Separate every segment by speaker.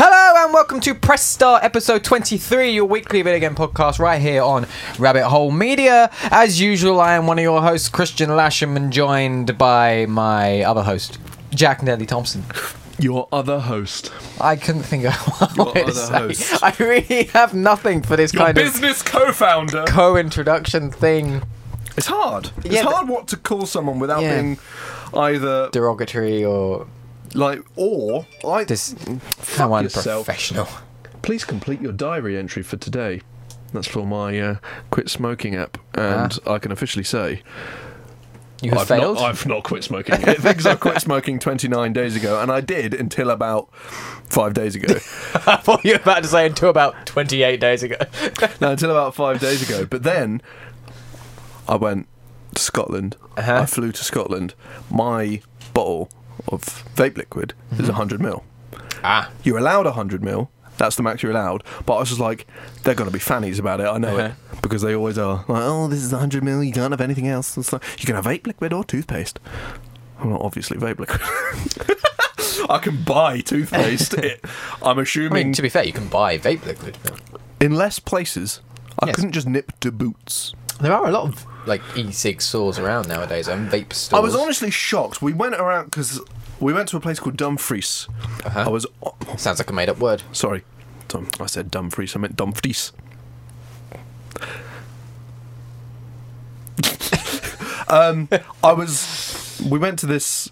Speaker 1: welcome to Press Start episode 23, your weekly video game podcast right here on Rabbit Hole Media. As usual, I am one of your hosts, Christian Lasham, and joined by my other host, Jack Nelly Thompson.
Speaker 2: Your other host.
Speaker 1: I couldn't think of
Speaker 2: Your
Speaker 1: what way to
Speaker 2: other
Speaker 1: say.
Speaker 2: host.
Speaker 1: I really have nothing for this
Speaker 3: Your
Speaker 1: kind of
Speaker 3: business co-founder.
Speaker 1: co-introduction thing,
Speaker 2: It's hard.
Speaker 1: Yeah,
Speaker 2: it's
Speaker 1: but-
Speaker 2: hard what to call someone without
Speaker 1: Yeah.
Speaker 2: being either
Speaker 1: derogatory or
Speaker 2: like or I.
Speaker 1: just how
Speaker 2: yourself.
Speaker 1: unprofessional.
Speaker 2: Please complete your diary entry for today. That's for my uh, quit smoking app, and I can officially say
Speaker 1: You have
Speaker 2: I've
Speaker 1: Ah. failed.
Speaker 2: Not, I've not quit smoking. It thinks I quit smoking 29 days ago, and I did until about five days ago.
Speaker 1: I thought you were about to say until about 28 days ago.
Speaker 2: no, until about five days ago. But then I went to Scotland.
Speaker 1: Uh-huh.
Speaker 2: I flew to Scotland. My bottle of vape liquid
Speaker 1: Mm-hmm.
Speaker 2: is 100 mil.
Speaker 1: ah.
Speaker 2: You're allowed 100 mil. That's the max you're allowed. But I was just like, they're going to be fannies about it. I know
Speaker 1: Uh-huh.
Speaker 2: it. Because they always are. Like, oh, this is 100 mil. You can't have anything else. It's like, you can have vape liquid or toothpaste. Well, not obviously vape liquid. I can buy toothpaste. It- I'm
Speaker 1: I mean,
Speaker 2: assuming
Speaker 1: to be fair, you can buy vape liquid.
Speaker 2: in less places. I
Speaker 1: Yes.
Speaker 2: couldn't just nip to Boots.
Speaker 1: There are a lot of like e-cig stores around nowadays and vape stores.
Speaker 2: I was honestly shocked. We went around because we went to a place called Dumfries.
Speaker 1: Uh-huh.
Speaker 2: I was oh,
Speaker 1: Sounds like a made-up word.
Speaker 2: sorry, Dum- I said Dumfries. I meant Dumfries. um, I was. We went to this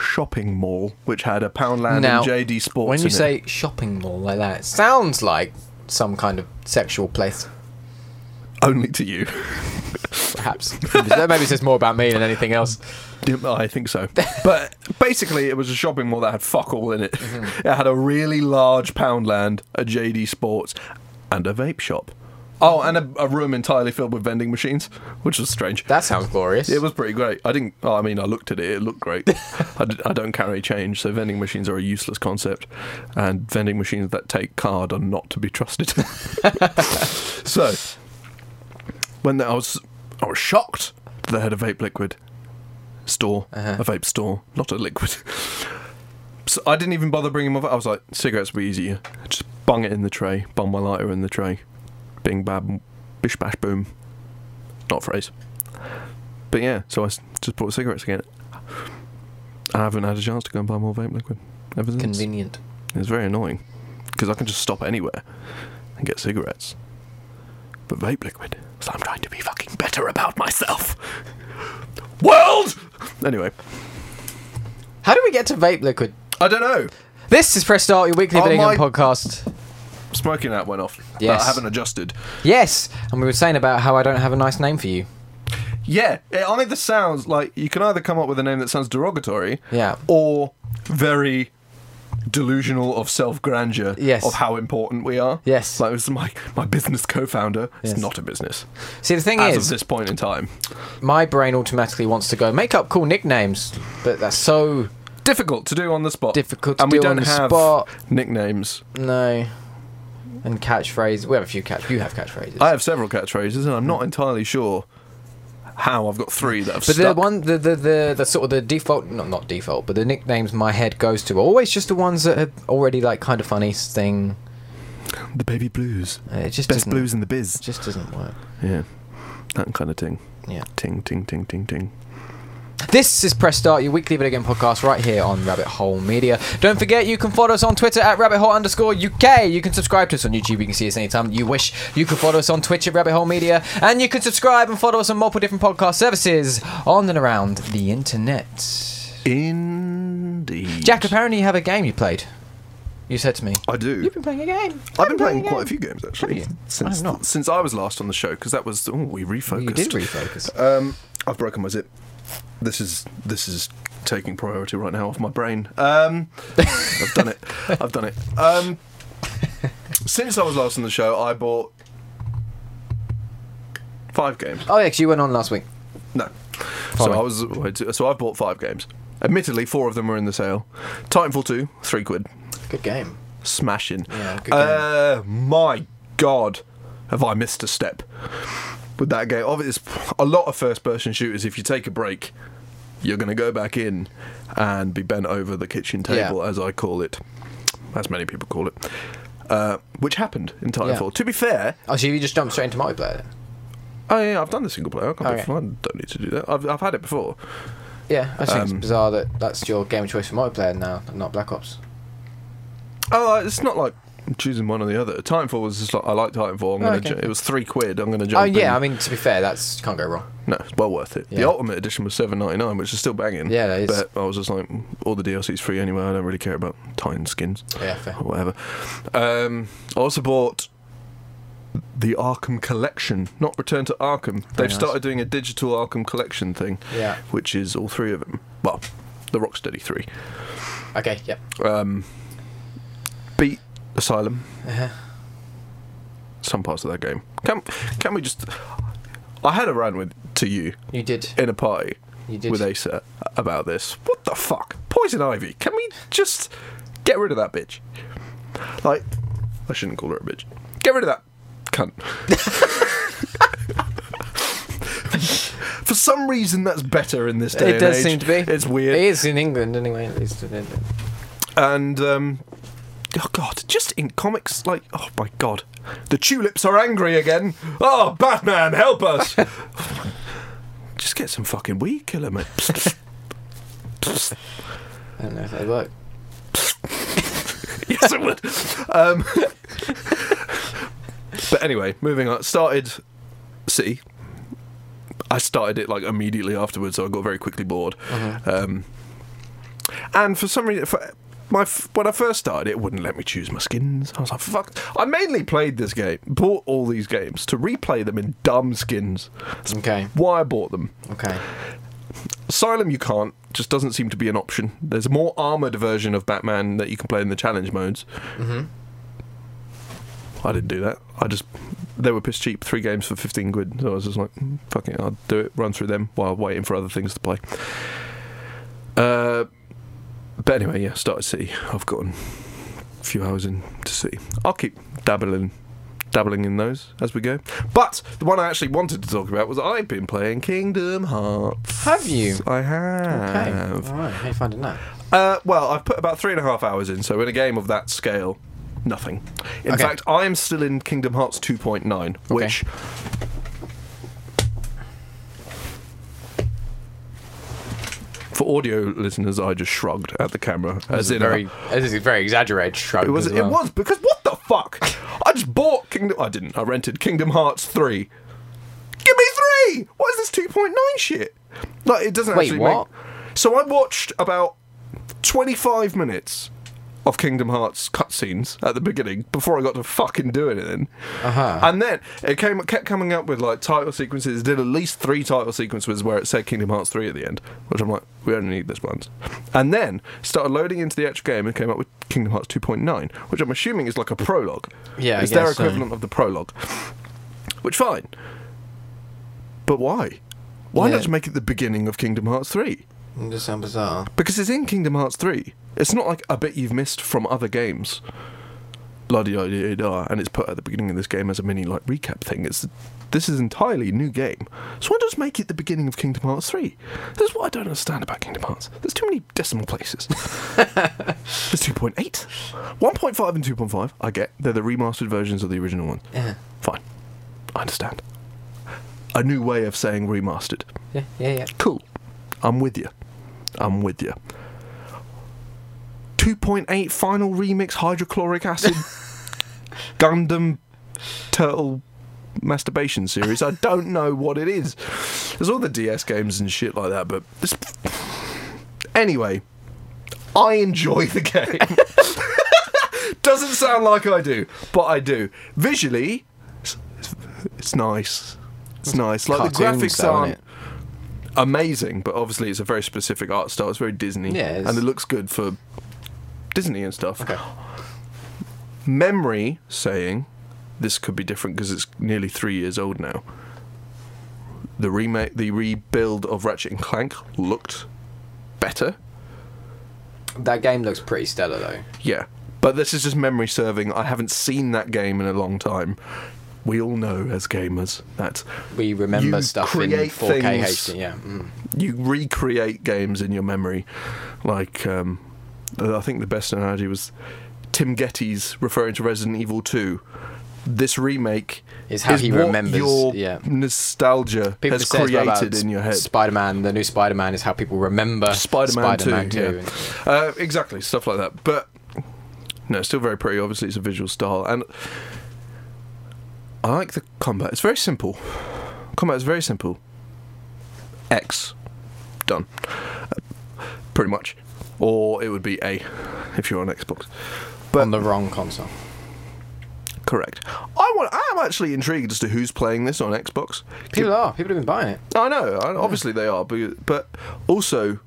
Speaker 2: shopping mall which had a Poundland
Speaker 1: now,
Speaker 2: and JD Sports.
Speaker 1: when you
Speaker 2: in it.
Speaker 1: say shopping mall like that, it sounds like some kind of sexual place,
Speaker 2: only to you,
Speaker 1: perhaps. that maybe says more about me than anything else.
Speaker 2: Yeah, I think so. But basically, it was a shopping mall that had fuck all in it. It had a really large Poundland, a JD Sports, and a vape shop. Oh, and a, a room entirely filled with vending machines, which was strange.
Speaker 1: That sounds glorious.
Speaker 2: it was pretty great. I didn't. Oh, I mean, I looked at it. It looked great. I, d- I don't carry change, so vending machines are a useless concept, and vending machines that take card are not to be trusted. so, when the, I was, I was shocked that they had a vape liquid store,
Speaker 1: Uh-huh.
Speaker 2: a vape store, not a liquid. So I didn't even bother bringing my. I was like, cigarettes were easier. Just bung it in the tray. Bung my lighter in the tray. Bing bam, bish bash boom. Not a phrase. But yeah, so I s- just bought cigarettes again. I haven't had a chance to go and buy more vape liquid ever since.
Speaker 1: convenient.
Speaker 2: It's very annoying because I can just stop anywhere and get cigarettes. But vape liquid, so I'm going to be fucking better about myself. World! Anyway,
Speaker 1: How do we get to vape liquid?
Speaker 2: I don't know.
Speaker 1: This is Press Start, your weekly
Speaker 2: Oh,
Speaker 1: video game
Speaker 2: my-
Speaker 1: podcast.
Speaker 2: Smoking app went off. but
Speaker 1: Yes.
Speaker 2: I haven't adjusted.
Speaker 1: Yes, and we were saying about how I don't have a nice name for you.
Speaker 2: Yeah, it either sounds like you can either come up with a name that sounds derogatory
Speaker 1: Yeah.
Speaker 2: or very delusional of self grandeur
Speaker 1: Yes.
Speaker 2: of how important we are.
Speaker 1: Yes.
Speaker 2: Like, it's my, my business co founder.
Speaker 1: Yes.
Speaker 2: It's not a business.
Speaker 1: See, the thing
Speaker 2: As
Speaker 1: is,
Speaker 2: of this point in time.
Speaker 1: my brain automatically wants to go make up cool nicknames, but that's so
Speaker 2: difficult to do on the spot.
Speaker 1: Difficult to
Speaker 2: and
Speaker 1: do
Speaker 2: we don't
Speaker 1: on the
Speaker 2: have
Speaker 1: spot.
Speaker 2: nicknames.
Speaker 1: no. And catchphrase. We have a few catch. You have catchphrases.
Speaker 2: I have several catchphrases, and I'm not entirely sure how I've got three that have
Speaker 1: but the
Speaker 2: stuck.
Speaker 1: one, the, the the the sort of the default, not not default, but the nicknames my head goes to are always just the ones that are already like kind of funny thing.
Speaker 2: the baby blues,
Speaker 1: Uh, It just
Speaker 2: best
Speaker 1: doesn't,
Speaker 2: blues in the
Speaker 1: It
Speaker 2: biz.
Speaker 1: just doesn't work.
Speaker 2: Yeah, that kind of thing.
Speaker 1: Yeah.
Speaker 2: Ting, ting, ting, ting, ting.
Speaker 1: This is Press Start, your weekly video game podcast, right here on Rabbit Hole Media. Don't forget, you can follow us on Twitter at rabbit hole underscore UK. You can subscribe to us on YouTube. You can see us anytime you wish. You can follow us on Twitch at Rabbit Hole Media, and you can subscribe and follow us on multiple different podcast services on and around the internet.
Speaker 2: Indeed.
Speaker 1: Jack, apparently you have a game you played. You said to me,
Speaker 2: I do.
Speaker 1: "You've been playing a game."
Speaker 2: I've been playing
Speaker 1: a
Speaker 2: quite a
Speaker 1: game."
Speaker 2: few games actually
Speaker 1: Have you?
Speaker 2: since
Speaker 1: I've not.
Speaker 2: since I was last on the show because that was oh we refocused.
Speaker 1: You did refocus.
Speaker 2: Um, I've broken my zip. This is this is taking priority right now off my brain. Um, I've done it. I've done it. Um, since I was last on the show, I bought five games.
Speaker 1: Oh yeah, 'cause you went on last week.
Speaker 2: No, so
Speaker 1: Fine.
Speaker 2: I was so I've bought five games. Admittedly, four of them were in the sale. Titanfall two, three quid,
Speaker 1: Good game.
Speaker 2: smashing.
Speaker 1: Yeah, good game.
Speaker 2: Uh, my God, have I missed a step with that game? Obviously, it's a lot of first-person shooters. If you take a break, you're going to go back in and be bent over the kitchen
Speaker 1: Yeah.
Speaker 2: table, as I call it, as many people call it. uh, which happened in Titanfall. To be fair,
Speaker 1: Oh, so you just jump straight into multiplayer? Then?
Speaker 2: oh yeah, I've done the single player. I, can't
Speaker 1: Okay.
Speaker 2: be- I don't need to do that. I've, I've had it before.
Speaker 1: Yeah, I just think
Speaker 2: Um,
Speaker 1: it's bizarre that that's your game of choice for multiplayer now, not Black Ops.
Speaker 2: Oh, it's not like choosing one or the other. Titanfall was just like I like Titanfall. I'm gonna
Speaker 1: okay.
Speaker 2: ju- it was three quid. I'm gonna jump.
Speaker 1: Oh yeah,
Speaker 2: in.
Speaker 1: I mean to be fair, that's can't go wrong.
Speaker 2: No, it's well worth it.
Speaker 1: Yeah.
Speaker 2: The Ultimate Edition was seven ninety nine, which is still banging.
Speaker 1: Yeah, that is.
Speaker 2: But I was just like, all the DLC's free anyway. I don't really care about Titan skins
Speaker 1: Yeah, fair.
Speaker 2: or whatever. Um, I also bought the Arkham Collection, not Return to Arkham. They've
Speaker 1: nice.
Speaker 2: started doing a digital Arkham Collection thing,
Speaker 1: Yeah.
Speaker 2: which is all three of them. Well, the Rocksteady three.
Speaker 1: Okay. Yep.
Speaker 2: Um, beat Asylum.
Speaker 1: Uh-huh.
Speaker 2: Some parts of that game. Can can we just? I had a rant with to you
Speaker 1: You did.
Speaker 2: in a party
Speaker 1: You did.
Speaker 2: with Asa about this. What the fuck? Poison Ivy. Can we just get rid of that bitch? Like, I shouldn't call her a bitch. Get rid of that cunt. For some reason, that's better in this day.
Speaker 1: It
Speaker 2: and
Speaker 1: does
Speaker 2: age.
Speaker 1: seem to be.
Speaker 2: It's weird.
Speaker 1: It is in England anyway. At least. in England.
Speaker 2: And um, oh god, just in comics, like oh my god, the tulips are angry again. Oh Batman, help us! just get some fucking weed killer, mate.
Speaker 1: I don't know if they work.
Speaker 2: yes, it would. Um, but anyway, moving on. Started City. I started it like immediately afterwards, so I got very quickly bored. Um, and for some reason, for my f- when I first started, it wouldn't let me choose my skins. I was like, "Fuck!" I mainly played this game, bought all these games to replay them in dumb skins. That's
Speaker 1: Okay.
Speaker 2: why I bought them.
Speaker 1: Okay.
Speaker 2: Asylum, you can't. Just doesn't seem to be an option. There's a more armored version of Batman that you can play in the challenge modes. I didn't do that. I just they were piss cheap. Three games for fifteen quid. So I was just like, "Mm, fuck it, I'll do it. Run through them while waiting for other things to play. Uh, but anyway, yeah, started City. I've gotten a few hours in to City. I'll keep dabbling. Dabbling in those as we go, but the one I actually wanted to talk about was I've been playing Kingdom Hearts.
Speaker 1: Have you?
Speaker 2: I
Speaker 1: Okay.
Speaker 2: have.
Speaker 1: All right. How you finding that?
Speaker 2: Uh, well, I've put about three and a half hours in, so in a game of that scale, nothing. In
Speaker 1: Okay.
Speaker 2: fact, I am still in Kingdom Hearts 2.9, which. For audio listeners, I just shrugged at the camera. As in,
Speaker 1: very.
Speaker 2: uh,
Speaker 1: This is very exaggerated. Shrug
Speaker 2: it was.
Speaker 1: as well.
Speaker 2: It was because what the fuck? I just bought Kingdom. I didn't. I rented Kingdom Hearts 3. Give me three. What is this 2.9 shit? Like it doesn't
Speaker 1: Wait,
Speaker 2: actually
Speaker 1: what?
Speaker 2: make. So I watched about 25 minutes of Kingdom Hearts cutscenes at the beginning before I got to fucking do anything.
Speaker 1: Uh-huh.
Speaker 2: And then it came kept coming up with like title sequences. It did at least three title sequences where it said Kingdom Hearts 3 at the end, which I'm like, we only need this once. And then started loading into the actual game and came up with Kingdom Hearts 2.9, which I'm assuming is like a prologue.
Speaker 1: Yeah, I
Speaker 2: It's their
Speaker 1: guess so.
Speaker 2: equivalent of the prologue. Which fine. But why? Why
Speaker 1: Yeah.
Speaker 2: not just make it the beginning of Kingdom Hearts 3?
Speaker 1: It does sound bizarre.
Speaker 2: Because it's in Kingdom Hearts 3. It's not like a bit you've missed from other games. La di da di da, and it's put at the beginning of this game as a mini like recap thing. It's this is entirely new game. So why just make it the beginning of Kingdom Hearts 3? This is what I don't understand about Kingdom Hearts. There's too many decimal places. There's 2.8, 1.5, and 2.5. I get they're the remastered versions of the original ones.
Speaker 1: Yeah.
Speaker 2: Fine, I understand. A new way of saying remastered.
Speaker 1: Yeah. Yeah. Yeah.
Speaker 2: Cool. I'm with you. I'm with you. 2.8 final remix hydrochloric acid Gundam turtle masturbation series. I don't know what it is. There's all the DS games and shit like that, but this. Anyway, I enjoy the game. Doesn't sound like I do, but I do. Visually, it's, it's nice. It's nice. Like the
Speaker 1: Cartoons,
Speaker 2: graphics
Speaker 1: though, isn't
Speaker 2: aren't
Speaker 1: it?
Speaker 2: amazing, but obviously it's a very specific art style. It's very Disney,
Speaker 1: Yeah, it's-
Speaker 2: and it looks good for Disney and stuff.
Speaker 1: Okay.
Speaker 2: Memory saying this could be different because it's nearly three years old now. The remake, the rebuild of Ratchet and Clank looked better.
Speaker 1: That game looks pretty stellar though.
Speaker 2: Yeah. But this is just memory serving. I haven't seen that game in a long time. We all know as gamers that
Speaker 1: We remember
Speaker 2: You
Speaker 1: stuff in
Speaker 2: create
Speaker 1: 4K
Speaker 2: things-
Speaker 1: HD. Yeah. Mm.
Speaker 2: you recreate games in your memory. Like, um, I think the best analogy was Tim Gettys referring to Resident Evil 2. This remake
Speaker 1: Is how he
Speaker 2: what
Speaker 1: remembers,
Speaker 2: Your
Speaker 1: yeah.
Speaker 2: nostalgia
Speaker 1: People
Speaker 2: has
Speaker 1: say it's about
Speaker 2: created in your head.
Speaker 1: Spider-Man, the new Spider-Man, is how people remember
Speaker 2: Spider-Man,
Speaker 1: Spider-Man
Speaker 2: 2,
Speaker 1: Two.
Speaker 2: yeah. Uh, exactly, stuff like that. But no, it's still very pretty. Obviously, it's a visual style, and I like the combat. It's very simple. Combat is very simple. X, done, Uh, pretty much. Or it would be A, if you're on Xbox. But
Speaker 1: on the wrong console.
Speaker 2: correct. I want. I am actually intrigued as to who's playing this on Xbox.
Speaker 1: People are. People have been buying it.
Speaker 2: I know. I, obviously they are, but but also,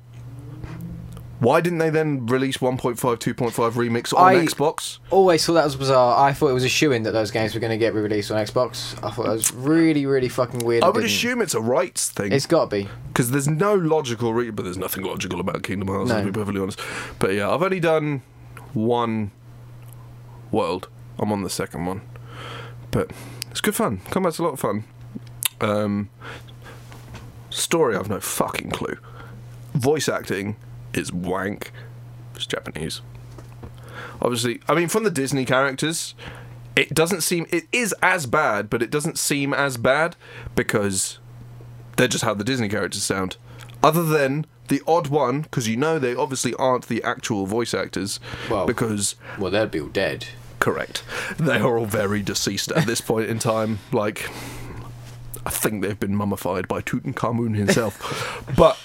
Speaker 2: why didn't they then release 1.5, 2.5 remix on
Speaker 1: I-
Speaker 2: Xbox?
Speaker 1: Always thought that was bizarre. I thought it was a shoe in that those games were going to get re-released on Xbox. I thought that was really, really fucking weird.
Speaker 2: I
Speaker 1: it
Speaker 2: would
Speaker 1: didn't.
Speaker 2: assume it's a rights thing
Speaker 1: it's got to be.
Speaker 2: because there's no logical re but there's nothing logical about Kingdom Hearts.
Speaker 1: No.
Speaker 2: To be perfectly honest, but yeah, I've only done one world. I'm on the second one, but it's good fun. Combat's a lot of fun. Um, story, I've no fucking clue. Voice acting is wank. It's Japanese. Obviously, I mean, from the Disney characters, it doesn't seem. It is as bad, but it doesn't seem as bad because they're just how the Disney characters sound. Other than the odd one, because you know they obviously aren't the actual voice actors.
Speaker 1: Well-
Speaker 2: because
Speaker 1: Well, they'd be all dead.
Speaker 2: Correct. They are all very deceased at this point in time. Like, I think they've been mummified by Tutankhamun himself. but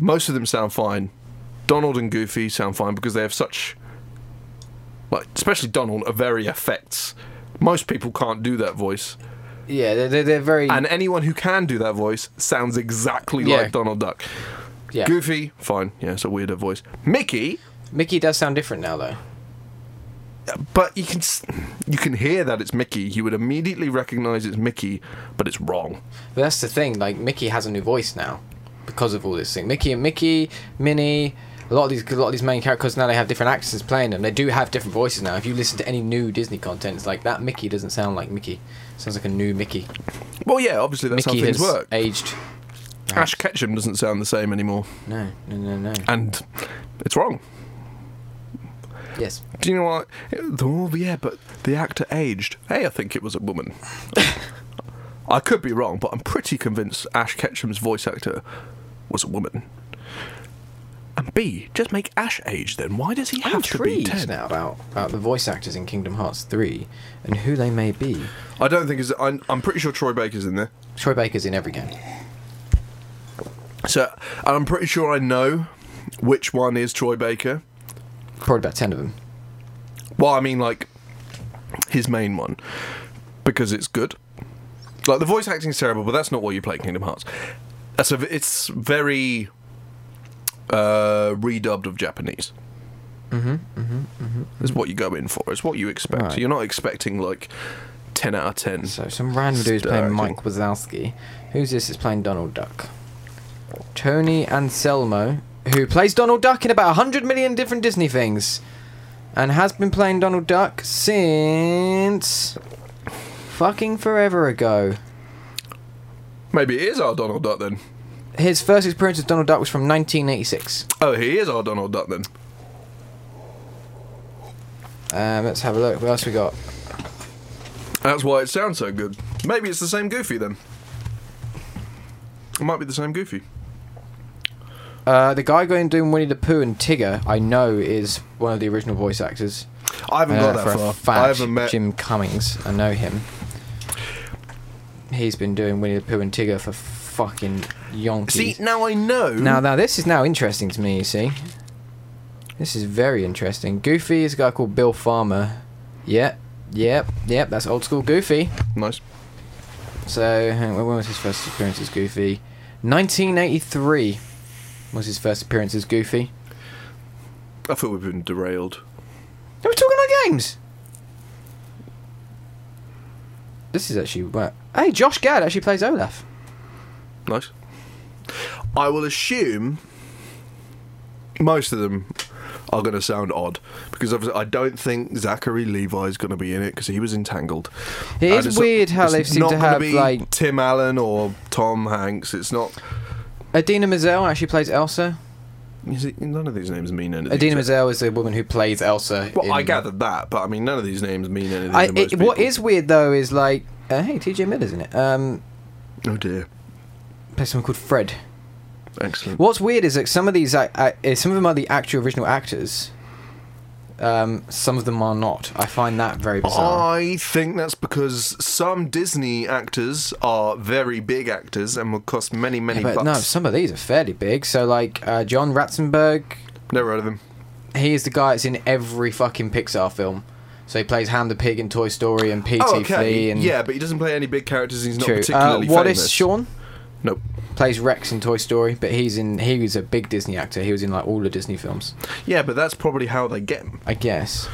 Speaker 2: most of them sound fine. Donald and Goofy sound fine because they have such, like, especially Donald, are very effects. Most people can't do that voice,
Speaker 1: Yeah, they're, they're, they're very.
Speaker 2: and anyone who can do that voice sounds exactly
Speaker 1: Yeah.
Speaker 2: like Donald Duck.
Speaker 1: yeah.
Speaker 2: Goofy, fine, yeah, it's a weirder voice. Mickey,
Speaker 1: Mickey does sound different now, though.
Speaker 2: but you can s- you can hear that it's Mickey. You would immediately recognise it's Mickey, but it's wrong.
Speaker 1: But that's the thing. Like Mickey has a new voice now because of all this thing. Mickey and Mickey, Minnie, a lot of these, a lot of these main characters now they have different actors playing them. They do have different voices now. If you listen to any new Disney content, it's like that Mickey doesn't sound like Mickey. Sounds like a new Mickey.
Speaker 2: Well, yeah, obviously that's
Speaker 1: Mickey
Speaker 2: how
Speaker 1: has
Speaker 2: things work.
Speaker 1: aged.
Speaker 2: Ash Ketchum doesn't sound the same anymore,
Speaker 1: No, no, no, no.
Speaker 2: and it's wrong.
Speaker 1: Yes.
Speaker 2: Do you know what? Oh, yeah, but the actor aged. Hey, I think it was a woman. I could be wrong, but I'm pretty convinced Ash Ketchum's voice actor was a woman. And B, just make Ash age then. Why does he have
Speaker 1: I'm
Speaker 2: to be
Speaker 1: intrigued
Speaker 2: 10?
Speaker 1: now about, about the voice actors in Kingdom Hearts 3 and who they may be.
Speaker 2: I don't think it's. I'm, I'm pretty sure Troy Baker's in there.
Speaker 1: Troy Baker's in every game.
Speaker 2: So and I'm pretty sure I know which one is Troy Baker.
Speaker 1: Probably about 10 of them.
Speaker 2: Well, I mean, like his main one because it's good. Like the voice acting's terrible, but that's not what you play Kingdom Hearts. That's a, it's very uh, redubbed of Japanese. Mm-hmm, mm-hmm, It's what you go in for. It's what you expect.
Speaker 1: Right.
Speaker 2: You're not expecting like ten out of ten.
Speaker 1: So some random dude's playing
Speaker 2: Sturgeon.
Speaker 1: Mike Wazowski. Who's this? Is playing Donald Duck. Tony Anselmo, who plays Donald Duck in about hundred million different Disney things, and has been playing Donald Duck since fucking forever ago.
Speaker 2: Maybe it is our Donald Duck then.
Speaker 1: His first experience with Donald Duck was from 1986.
Speaker 2: Oh, he is our Donald Duck then.
Speaker 1: Um, let's have a look. What else we got?
Speaker 2: That's why it sounds so good. Maybe it's the same Goofy then. It might be the same Goofy.
Speaker 1: Uh, the guy going doing Winnie the Pooh and Tigger, I know, is one of the original voice actors.
Speaker 2: I haven't
Speaker 1: Uh,
Speaker 2: got
Speaker 1: for
Speaker 2: that
Speaker 1: a
Speaker 2: far.
Speaker 1: fact,
Speaker 2: I haven't met.
Speaker 1: Jim Cummings. I know him. He's been doing Winnie the Pooh and Tigger for fucking yonkies.
Speaker 2: See, now I know.
Speaker 1: now, now this is now interesting to me. You see, this is very interesting. Goofy is a guy called Bill Farmer. Yep, yep, yep. That's old school Goofy.
Speaker 2: nice.
Speaker 1: So hang on, when was his first appearance as Goofy? 1983 was his first appearance as Goofy.
Speaker 2: I feel we've been derailed.
Speaker 1: We're talking about games. This is actually wha- Hey, Josh Gad actually plays Olaf.
Speaker 2: Nice. I will assume most of them are going to sound odd because obviously I don't think Zachary Levi's going to be in it because he was entangled.
Speaker 1: It is
Speaker 2: And Uh, it's-
Speaker 1: weird how
Speaker 2: it's
Speaker 1: they've seemed
Speaker 2: not
Speaker 1: to
Speaker 2: gonna
Speaker 1: have,
Speaker 2: be
Speaker 1: like-
Speaker 2: Tim Allen or Tom Hanks. It's not.
Speaker 1: Adina Menzel actually plays Elsa.
Speaker 2: Is it, none of these names mean anything.
Speaker 1: Adina Menzel is the woman who plays Elsa.
Speaker 2: Well, I
Speaker 1: in-
Speaker 2: gathered that, but I mean, none of these names mean anything.
Speaker 1: I,
Speaker 2: to most
Speaker 1: it, what
Speaker 2: people.
Speaker 1: is weird though is like, uh, hey, TJ Miller's in it. Um,
Speaker 2: Oh dear.
Speaker 1: plays someone called Fred.
Speaker 2: Excellent.
Speaker 1: What's weird is that some of these, uh, uh, some of them are the actual original actors. Um, some of them are not. I find that very bizarre.
Speaker 2: I think that's because some Disney actors are very big actors and will cost many, many
Speaker 1: Yeah, but
Speaker 2: bucks.
Speaker 1: no, some of these are fairly big. So like uh, John Ratzenberg,
Speaker 2: Never heard of him.
Speaker 1: he is the guy that's in every fucking Pixar film. So he plays Ham the Pig in Toy Story and P.T.
Speaker 2: Oh, okay.
Speaker 1: Flea E and
Speaker 2: yeah, but he doesn't play any big characters. He's not
Speaker 1: True. Uh,
Speaker 2: particularly
Speaker 1: what
Speaker 2: famous.
Speaker 1: is Sean?
Speaker 2: Nope.
Speaker 1: Plays Rex in Toy Story, but he's in. He was a big Disney actor. He was in like all the Disney films,
Speaker 2: Yeah, but that's probably how they get him.
Speaker 1: I guess.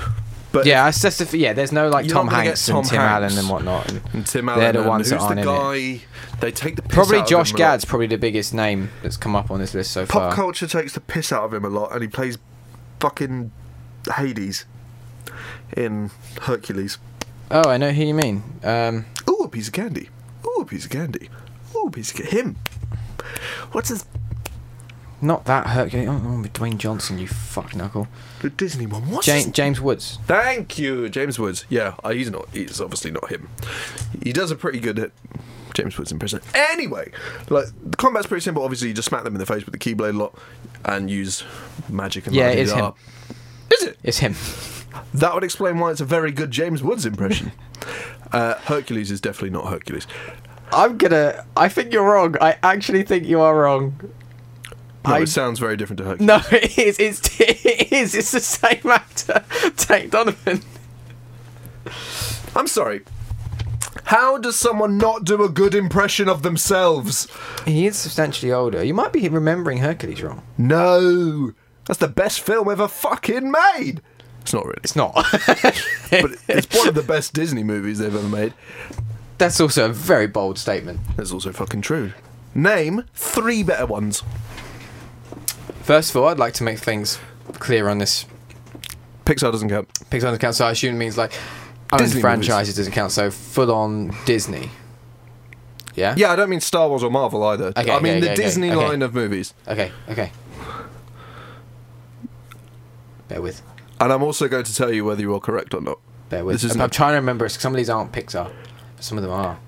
Speaker 2: But
Speaker 1: yeah, it's just the- yeah. There's no like
Speaker 2: You're
Speaker 1: Tom
Speaker 2: not gonna get
Speaker 1: Hanks
Speaker 2: Tom
Speaker 1: and Tim
Speaker 2: Hanks.
Speaker 1: Allen and whatnot. And
Speaker 2: and Tim
Speaker 1: They're
Speaker 2: Allen,
Speaker 1: the
Speaker 2: and
Speaker 1: ones that
Speaker 2: who's the
Speaker 1: aren't in
Speaker 2: guy? They take the piss
Speaker 1: probably
Speaker 2: out
Speaker 1: Josh
Speaker 2: of him a lot.
Speaker 1: Gad's probably the biggest name that's come up on this list so
Speaker 2: Pop
Speaker 1: far.
Speaker 2: culture takes the piss out of him a lot, and he plays fucking Hades in Hercules.
Speaker 1: oh, I know who you mean. Um,
Speaker 2: Ooh, a piece of candy. Ooh, a piece of candy. Ooh, a piece of ca- him. What's his
Speaker 1: not that Hercules. Oh, oh, Dwayne Johnson, you fuck knuckle.
Speaker 2: the Disney one? What's
Speaker 1: James,
Speaker 2: his-
Speaker 1: James Woods.
Speaker 2: Thank you, James Woods. Yeah, uh, he's not. He's obviously not him. He does a pretty good hit. James Woods impression. Anyway, like the combat's pretty simple. Obviously, you just smack them in the face with the keyblade a lot and use magic and
Speaker 1: Yeah, it
Speaker 2: la-di-da.
Speaker 1: is him.
Speaker 2: Is it?
Speaker 1: It's him.
Speaker 2: That would explain why it's a very good James Woods impression. uh, Hercules is definitely not Hercules.
Speaker 1: I'm gonna. I think you're wrong. I actually think you are wrong.
Speaker 2: No,
Speaker 1: I-
Speaker 2: it sounds very different to Hercules.
Speaker 1: No, it is. It's it is. It's the same actor, Tank Donovan.
Speaker 2: I'm sorry. How does someone not do a good impression of themselves?
Speaker 1: He is substantially older. You might be remembering Hercules wrong.
Speaker 2: No, that's the best film ever fucking made. It's not really.
Speaker 1: It's not.
Speaker 2: but it's one of the best Disney movies they've ever made.
Speaker 1: That's also a very bold statement.
Speaker 2: That's also fucking true. Name three better ones.
Speaker 1: First of all, I'd like to make things clear on this.
Speaker 2: Pixar doesn't count.
Speaker 1: Pixar doesn't count, so I assume it means like owned
Speaker 2: Disney
Speaker 1: franchises doesn't count, so full on Disney. Yeah?
Speaker 2: Yeah, I don't mean Star Wars or Marvel either.
Speaker 1: Okay,
Speaker 2: I mean
Speaker 1: okay,
Speaker 2: the
Speaker 1: okay,
Speaker 2: Disney
Speaker 1: okay.
Speaker 2: line of movies.
Speaker 1: Okay, okay. Bear with.
Speaker 2: And I'm also going to tell you whether you're correct or not.
Speaker 1: Bear with.
Speaker 2: This isn't
Speaker 1: I'm
Speaker 2: a-
Speaker 1: trying to remember, 'cause some of these aren't Pixar. Some of them are.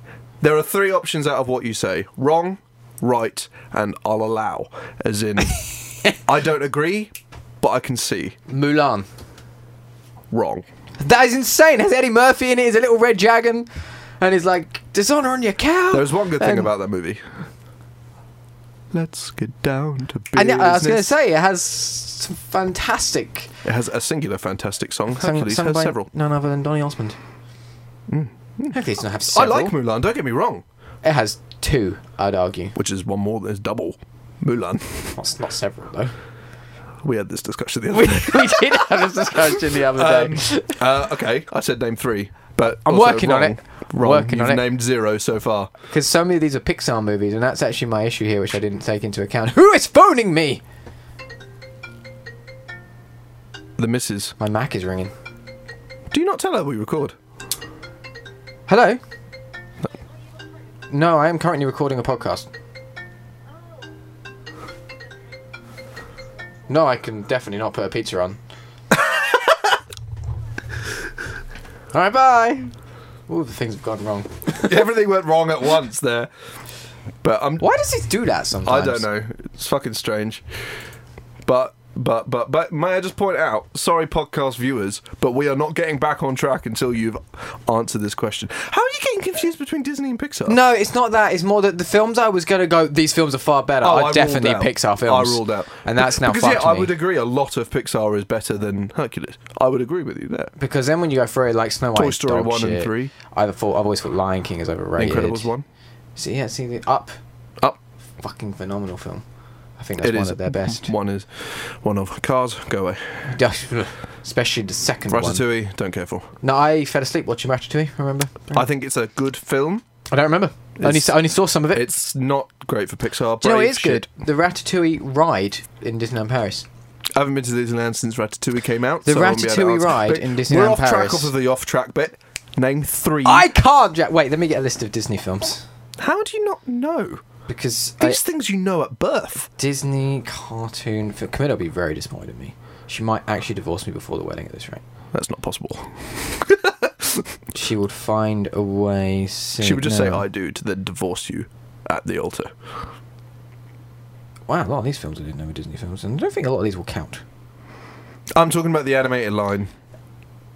Speaker 2: There are three options out of what you say wrong, right, and I'll allow. As in, I don't agree, but I can see.
Speaker 1: Mulan.
Speaker 2: Wrong.
Speaker 1: That is insane. Has Eddie Murphy in it? Is a little red dragon, and he's like dishonor on your cow.
Speaker 2: There's one good thing
Speaker 1: And-
Speaker 2: about that movie. Let's get down to business.
Speaker 1: And I was going to say it has some fantastic.
Speaker 2: It has a singular fantastic song.
Speaker 1: sung-
Speaker 2: Hercules
Speaker 1: sung
Speaker 2: has
Speaker 1: by
Speaker 2: several. Mm.
Speaker 1: None other than Donny Osmond. Hercules doesn't have
Speaker 2: I
Speaker 1: several.
Speaker 2: like Mulan, don't get me wrong.
Speaker 1: It has two, I'd argue.
Speaker 2: Which is one more than is double. Mulan.
Speaker 1: Not, not several though.
Speaker 2: We had this discussion the
Speaker 1: we,
Speaker 2: other day.
Speaker 1: we did have this discussion the other
Speaker 2: Um,
Speaker 1: day.
Speaker 2: uh, okay, I said name three, but
Speaker 1: I'm
Speaker 2: also
Speaker 1: working on
Speaker 2: wrong.
Speaker 1: it.
Speaker 2: Wrong.
Speaker 1: Working on
Speaker 2: You've
Speaker 1: it.
Speaker 2: named zero so far.
Speaker 1: Because so many of these are Pixar movies, and that's actually my issue here, which I didn't take into account. Who is phoning me?
Speaker 2: The misses.
Speaker 1: My Mac is ringing.
Speaker 2: Do you not tell her we record?
Speaker 1: Hello? No, I am currently recording a podcast. No, I can definitely not put a pizza on. Alright, bye! All the things have gone wrong.
Speaker 2: Everything went wrong at once there. But I'm.
Speaker 1: Why does he do that
Speaker 2: I
Speaker 1: sometimes?
Speaker 2: don't know. It's fucking strange. But but but but may I just point out? Sorry, podcast viewers, but we are not getting back on track until you've answered this question. How are you getting confused between Disney and Pixar?
Speaker 1: No, it's not that. It's more that the films I was going to go, these films are far better.
Speaker 2: Oh, I
Speaker 1: are
Speaker 2: ruled
Speaker 1: definitely
Speaker 2: out.
Speaker 1: Pixar films.
Speaker 2: I ruled out,
Speaker 1: And that's now
Speaker 2: because
Speaker 1: fucked
Speaker 2: yeah, I
Speaker 1: me.
Speaker 2: would agree. A lot of Pixar is better than Hercules. I would agree with you there.
Speaker 1: Because then when you go through it, like Snow White,
Speaker 2: Toy Story
Speaker 1: dog
Speaker 2: one and
Speaker 1: shit.
Speaker 2: three.
Speaker 1: I've thought I've always thought Lion King is overrated.
Speaker 2: Incredibles one.
Speaker 1: See, yeah, see the Up,
Speaker 2: Up.
Speaker 1: fucking phenomenal film. I think that's
Speaker 2: It
Speaker 1: one
Speaker 2: is
Speaker 1: of their best.
Speaker 2: One is one of Cars. Go away.
Speaker 1: Especially the second one.
Speaker 2: Ratatouille. Don't care for.
Speaker 1: No, I fell asleep watching Ratatouille. Remember?
Speaker 2: I think it's a good film.
Speaker 1: I don't remember. I only
Speaker 2: It's-
Speaker 1: I only saw some of it.
Speaker 2: It's not great for Pixar.
Speaker 1: Do you know what
Speaker 2: Brave
Speaker 1: is
Speaker 2: shit.
Speaker 1: good? The Ratatouille ride in Disneyland Paris.
Speaker 2: I haven't been to Disneyland since Ratatouille came out.
Speaker 1: The
Speaker 2: so I won't be able to
Speaker 1: Ratatouille
Speaker 2: answer.
Speaker 1: ride
Speaker 2: But
Speaker 1: in
Speaker 2: We're
Speaker 1: Disneyland
Speaker 2: off track
Speaker 1: Paris.
Speaker 2: off of the off track bit. Name three.
Speaker 1: I can't. Ja- Wait, let me get a list of Disney films.
Speaker 2: How do you not know?
Speaker 1: because I-
Speaker 2: These things you know at birth.
Speaker 1: Disney cartoon film. Camilla will be very disappointed in me. She might actually divorce me before the wedding at this rate.
Speaker 2: That's not possible.
Speaker 1: She would find a way. Soon.
Speaker 2: She would just say
Speaker 1: No.
Speaker 2: I do to then divorce you at the altar.
Speaker 1: Wow, a lot of these films I didn't know were Disney films, and I don't think a lot of these will count.
Speaker 2: I'm talking about the animated line.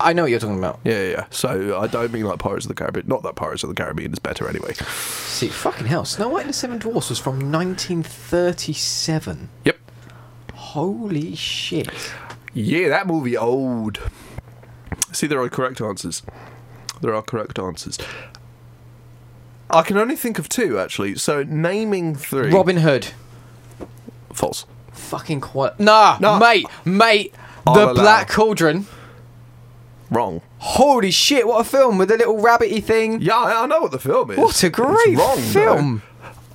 Speaker 1: I know what you're talking about.
Speaker 2: Yeah, yeah, yeah. So I don't mean like Pirates of the Caribbean. Not that Pirates of the Caribbean is better anyway.
Speaker 1: See, fucking hell, Snow White and the Seven Dwarfs was from 1937.
Speaker 2: Yep.
Speaker 1: Holy shit.
Speaker 2: Yeah, that movie old. See, there are correct answers. There are correct answers. I can only think of two actually. So naming three.
Speaker 1: Robin Hood.
Speaker 2: False.
Speaker 1: Fucking qual. Nah,
Speaker 2: Nah.
Speaker 1: mate, mate.
Speaker 2: I'll
Speaker 1: the
Speaker 2: allow.
Speaker 1: Black Cauldron.
Speaker 2: Wrong.
Speaker 1: Holy shit, what a film with the little rabbity thing.
Speaker 2: Yeah, I I know what the film is.
Speaker 1: What a
Speaker 2: It's
Speaker 1: great
Speaker 2: wrong, though.
Speaker 1: film.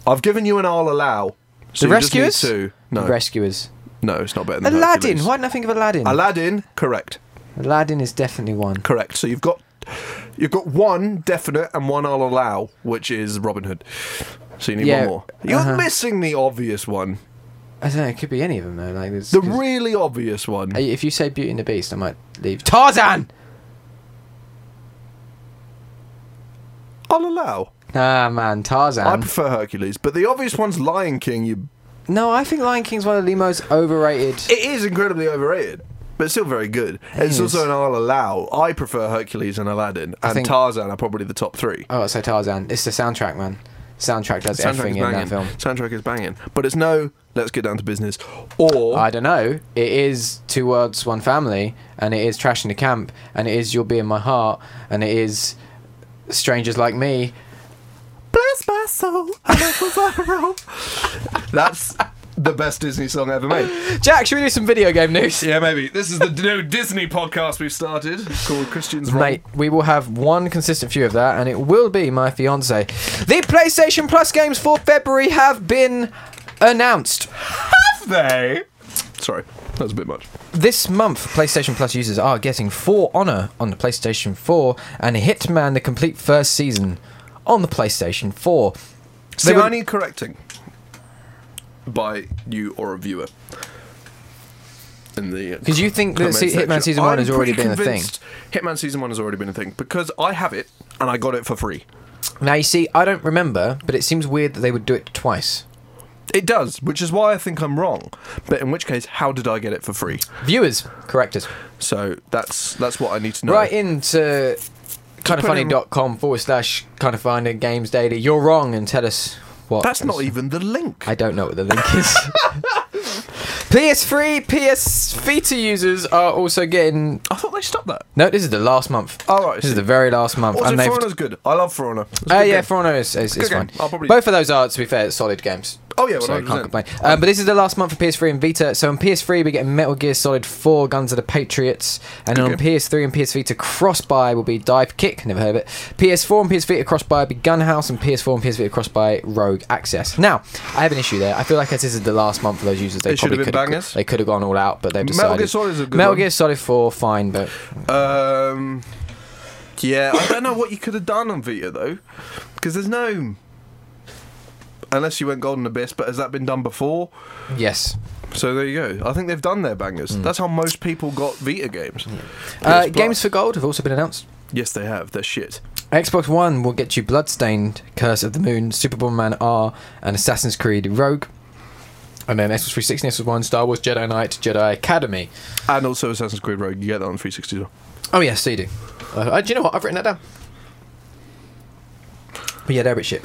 Speaker 2: I've given you an I'll allow. So
Speaker 1: The
Speaker 2: you just need
Speaker 1: Rescuers?
Speaker 2: two. No,
Speaker 1: Rescuers.
Speaker 2: no, it's not better than
Speaker 1: Aladdin.
Speaker 2: Hercules.
Speaker 1: Why didn't I think of Aladdin?
Speaker 2: Aladdin. Correct.
Speaker 1: Aladdin is definitely one.
Speaker 2: Correct. So you've got you've got one definite and one I'll allow, which is Robin Hood. So you need
Speaker 1: Yeah,
Speaker 2: one more. You're
Speaker 1: uh-huh.
Speaker 2: missing the obvious one.
Speaker 1: I don't know. It could be any of them though. Like there's,
Speaker 2: The
Speaker 1: 'cause-
Speaker 2: really obvious one.
Speaker 1: Hey, if you say Beauty and the Beast, I might leave. Tarzan.
Speaker 2: I'll allow.
Speaker 1: Ah man, Tarzan.
Speaker 2: I prefer Hercules, but the obvious one's Lion King. You,
Speaker 1: no, I think Lion King's one of the most overrated.
Speaker 2: it is incredibly overrated, but still very good. it's
Speaker 1: is.
Speaker 2: also an I'll allow. I prefer Hercules and Aladdin, and
Speaker 1: think-
Speaker 2: Tarzan are probably the top three.
Speaker 1: oh, so Tarzan. It's the soundtrack, man. Soundtrack does
Speaker 2: Soundtrack is
Speaker 1: everything in
Speaker 2: banging.
Speaker 1: that film.
Speaker 2: Soundtrack is banging, but it's no. Let's get down to business. Or
Speaker 1: I don't know. It is Two Worlds, One Family, and it is Trash in the Camp, and it is You'll Be in My Heart, and it is Strangers Like Me.
Speaker 2: Bless my soul, I love my roll. That's the best Disney song ever made.
Speaker 1: Jack, should we do some video game news?
Speaker 2: Yeah, maybe. This is the new Disney podcast we've started called Christian's Wrong.
Speaker 1: Mate, we will have one consistent view of that, and it will be my fiance. The PlayStation Plus games for February have been announced.
Speaker 2: They. Sorry, that was a bit much.
Speaker 1: This month, PlayStation Plus users are getting For Honor on the PlayStation 4 and Hitman the complete first season on the PlayStation 4.
Speaker 2: So
Speaker 1: were-
Speaker 2: I need correcting by you or a viewer. In the
Speaker 1: Because you think that
Speaker 2: comment
Speaker 1: se-
Speaker 2: section.
Speaker 1: Hitman Season 1
Speaker 2: I'm
Speaker 1: has already
Speaker 2: pretty
Speaker 1: been a thing.
Speaker 2: convinced Hitman Season 1 has already been a thing because I have it and I got it for free.
Speaker 1: Now, you see, I don't remember, but it seems weird that they would do it twice.
Speaker 2: It does, which is why I think I'm wrong. But in which case, how did I get it for free?
Speaker 1: Viewers, correct us.
Speaker 2: So that's that's what I need to know.
Speaker 1: Right into
Speaker 2: putting-
Speaker 1: kindoffunny.com forward slash kind of finding games daily. You're wrong and tell us what.
Speaker 2: That's not
Speaker 1: is-
Speaker 2: even the link.
Speaker 1: I don't know what the link is. PS3, PS Vita users are also getting.
Speaker 2: I thought they stopped that.
Speaker 1: No, this is the last month.
Speaker 2: Oh, right, I
Speaker 1: This is
Speaker 2: see.
Speaker 1: the very last month.
Speaker 2: Also,
Speaker 1: and they've.
Speaker 2: Foreigner's good. I love Foreigner. It's a
Speaker 1: Uh,
Speaker 2: good
Speaker 1: yeah,
Speaker 2: game.
Speaker 1: For Honor is, is, is
Speaker 2: Good game.
Speaker 1: fine.
Speaker 2: I'll probably-
Speaker 1: Both of those are, to be fair, solid games.
Speaker 2: Oh, yeah,
Speaker 1: so I can't
Speaker 2: 100%.
Speaker 1: complain. Um, but this is the last month for PS3 and Vita. So on PS3, we're getting Metal Gear Solid 4, Guns of the Patriots. And then on
Speaker 2: game.
Speaker 1: PS3 and PS Vita, cross by will be Dive Kick, never heard of it. PS4 and PS Vita cross by will be Gun House, and PS4 and PS Vita cross by Rogue Access. Now, I have an issue there. I feel like this is the last month for those users. They
Speaker 2: It should have
Speaker 1: probably
Speaker 2: been
Speaker 1: could have,
Speaker 2: bangers.
Speaker 1: They could have gone all out, but they've
Speaker 2: Metal
Speaker 1: decided.
Speaker 2: Gear Solid is a good
Speaker 1: Metal
Speaker 2: one.
Speaker 1: Gear Solid 4, fine, but
Speaker 2: Um, yeah, I don't know what you could have done on Vita though, because there's no. Unless you went Golden Abyss, but has that been done before?
Speaker 1: yes.
Speaker 2: So there you go. I think they've done their bangers. That's how most people got Vita games.
Speaker 1: Hmm. Uh,
Speaker 2: PS Plus.
Speaker 1: games for Gold have also been announced.
Speaker 2: Yes, they have. They're shit.
Speaker 1: Xbox One will get you Bloodstained, Curse of the Moon, Super Bomberman R, and Assassin's Creed Rogue. And then Xbox 360, Xbox One, Star Wars Jedi Knight, Jedi Academy.
Speaker 2: And also Assassin's Creed Rogue. You get that on 360. as well.
Speaker 1: Oh yes, so you do. Uh, uh, do you know what? I've written that down. But yeah, they're a bit shit.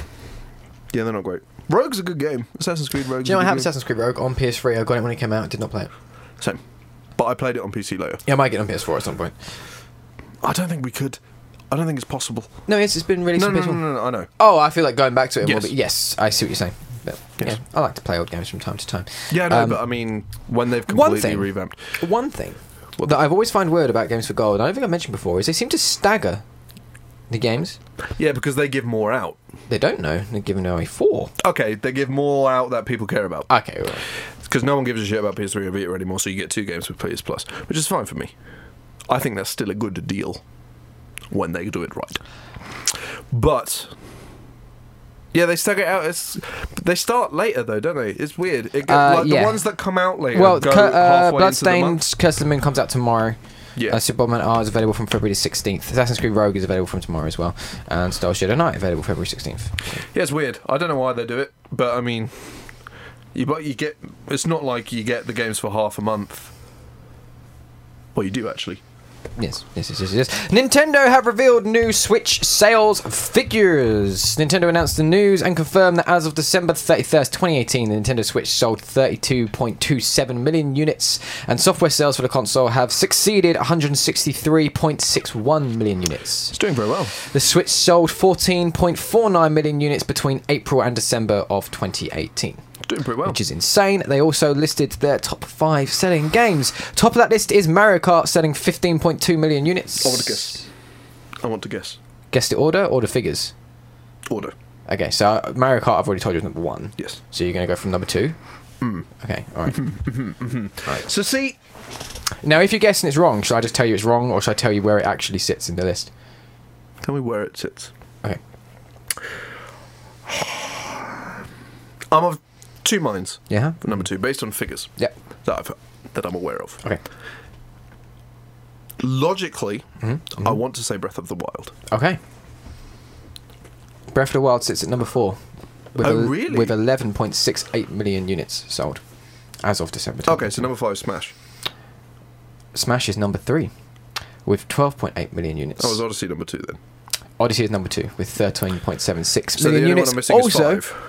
Speaker 2: Yeah, they're not great. Rogue's a good game. Assassin's Creed Rogue.
Speaker 1: Do you know I have Assassin's Creed Rogue on PS3? I got it when it came out. Did not play it.
Speaker 2: Same. But I played it on PC later.
Speaker 1: Yeah, I might get it on PS4 at some point.
Speaker 2: I don't think we could. I don't think it's possible.
Speaker 1: No, it's, it's been released
Speaker 2: No,
Speaker 1: on
Speaker 2: no,
Speaker 1: PS4.
Speaker 2: no, no, no, I know.
Speaker 1: Oh, I feel like going back to it.
Speaker 2: Yes.
Speaker 1: Yes. Will be, yes, I see what you're saying. But,
Speaker 2: Yes.
Speaker 1: Yeah, I like to play old games from time to time.
Speaker 2: Yeah, no,
Speaker 1: Um,
Speaker 2: but I mean, when they've
Speaker 1: one
Speaker 2: completely
Speaker 1: thing-
Speaker 2: revamped.
Speaker 1: One thing that I've always found weird about games for gold, and I don't think I mentioned before, is they seem to stagger the games.
Speaker 2: Yeah, because they give more out.
Speaker 1: They don't know. They're giving away four.
Speaker 2: Okay, they give more out that people care about.
Speaker 1: Okay, all right.
Speaker 2: Because no one gives a shit about PS3 or Vita anymore, so you get two games with PS Plus, which is fine for me. I think that's still a good deal when they do it right. But Yeah, they stagger it out. It's, but they start later though, don't they? It's weird. It go-
Speaker 1: Uh,
Speaker 2: like,
Speaker 1: yeah.
Speaker 2: The ones that come out later.
Speaker 1: Well,
Speaker 2: go
Speaker 1: Cur- uh,
Speaker 2: halfway into the
Speaker 1: Bloodstained
Speaker 2: month.
Speaker 1: Curse of the Moon comes out tomorrow.
Speaker 2: Yeah.
Speaker 1: Uh, Superman R is available from February 16th. Assassin's Creed Rogue is available from tomorrow as well. And Star Shadow Knight available February 16th.
Speaker 2: yeah, it's weird. I don't know why they do it, but I mean, you but you get. It's not like you get the games for half a month. Well, you do actually.
Speaker 1: Yes, yes, yes, yes, yes. Nintendo have revealed new Switch sales figures. Nintendo announced the news and confirmed that as of December 31st, 2018, the Nintendo Switch sold 32.27 million units, and software sales for the console have succeeded 163.61 million units.
Speaker 2: It's doing very well.
Speaker 1: The Switch sold 14.49 million units between April and December of 2018
Speaker 2: It's doing pretty well.
Speaker 1: which is insane. They also listed their top five selling games. Top of that list is Mario Kart, selling 15.2 million units.
Speaker 2: I would guess. I want to guess.
Speaker 1: Guess the order or the figures?
Speaker 2: Order.
Speaker 1: Okay, so uh, Mario Kart, I've already told you, is number one.
Speaker 2: Yes.
Speaker 1: So you're going to go from number two?
Speaker 2: Hmm.
Speaker 1: Okay, all right.
Speaker 2: So see,
Speaker 1: now, if you're guessing it's wrong, should I just tell you it's wrong or should I tell you where it actually sits in the list?
Speaker 2: tell me where it sits.
Speaker 1: Okay.
Speaker 2: I'm of two minds.
Speaker 1: Yeah?
Speaker 2: for Number two, based on figures
Speaker 1: Yep.
Speaker 2: that I've that I'm aware of.
Speaker 1: Okay.
Speaker 2: Logically,
Speaker 1: Mm-hmm.
Speaker 2: I want to say Breath of the Wild.
Speaker 1: Okay. Breath of the Wild sits at number four. With
Speaker 2: Oh,
Speaker 1: el-
Speaker 2: really?
Speaker 1: With 11.68 million units sold as of December.
Speaker 2: Okay, so number five, Smash.
Speaker 1: Smash is number three with 12.8 million units.
Speaker 2: That was Odyssey number two then.
Speaker 1: Odyssey is number two with 13.76
Speaker 2: So
Speaker 1: million
Speaker 2: the only
Speaker 1: units.
Speaker 2: one I'm missing
Speaker 1: also,
Speaker 2: is five.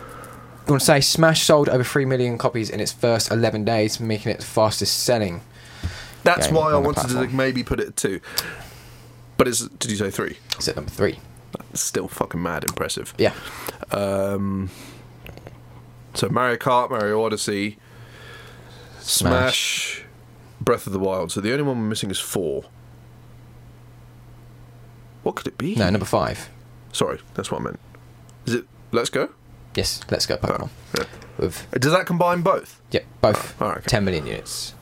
Speaker 1: I want to say Smash sold over 3 million copies in its first 11 days, making it the fastest selling.
Speaker 2: That's
Speaker 1: game
Speaker 2: why I
Speaker 1: on the
Speaker 2: wanted to
Speaker 1: platform.
Speaker 2: maybe put it at two. But it's did you say three?
Speaker 1: It's at number three.
Speaker 2: That's still fucking mad impressive.
Speaker 1: Yeah.
Speaker 2: Um, so Mario Kart, Mario Odyssey, Smash. Breath of the Wild. So the only one we're missing is four. What could it be?
Speaker 1: No, number five.
Speaker 2: Sorry, that's what I meant. Is it Let's Go?
Speaker 1: Yes, let's go Pokemon.
Speaker 2: Oh, Yeah.
Speaker 1: With,
Speaker 2: Does that combine both?
Speaker 1: yep, both
Speaker 2: Oh, okay.
Speaker 1: 10 million units.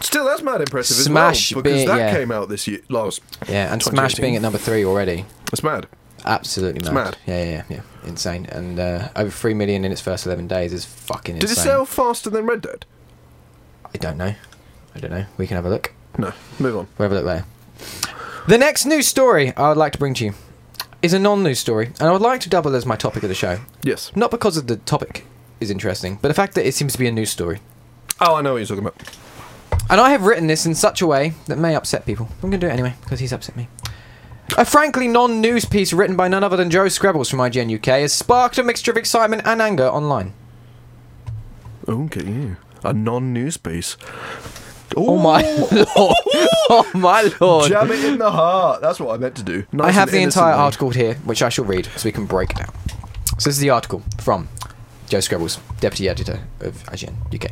Speaker 2: Still, that's mad impressive
Speaker 1: Smash
Speaker 2: as well because
Speaker 1: being-
Speaker 2: that
Speaker 1: yeah.
Speaker 2: came out this year. Last,
Speaker 1: Yeah, and Smash
Speaker 2: 2018.
Speaker 1: being at number three already.
Speaker 2: that's mad.
Speaker 1: Absolutely mad.
Speaker 2: mad.
Speaker 1: Yeah, yeah, yeah, yeah. Insane. And uh, over 3 million in its first 11 days is fucking
Speaker 2: Did
Speaker 1: insane.
Speaker 2: it sell faster than Red Dead?
Speaker 1: I don't know. I don't know. We can have a look.
Speaker 2: No. Move on.
Speaker 1: We'll have a look there. The next news story I would like to bring to you is a non-news story, and I would like to double as my topic of the show.
Speaker 2: Yes.
Speaker 1: Not because of the topic is interesting, but the fact that it seems to be a news story.
Speaker 2: Oh, I know what you're talking about.
Speaker 1: And I have written this in such a way that may upset people. I'm going to do it anyway because he's upset me. A frankly non-news piece written by none other than Joe Scrabbles from IGN UK has sparked a mixture of excitement and anger online.
Speaker 2: Okay, yeah. Oh, A non-news piece.
Speaker 1: Oh my lord! Oh my lord!
Speaker 2: Jam it in the heart. That's what I meant to do.
Speaker 1: I
Speaker 2: Nice
Speaker 1: have
Speaker 2: and
Speaker 1: the entire
Speaker 2: innocently.
Speaker 1: article here, which I shall read so we can break down. So this is the article from Joe Scrabbles, deputy editor of IGN UK.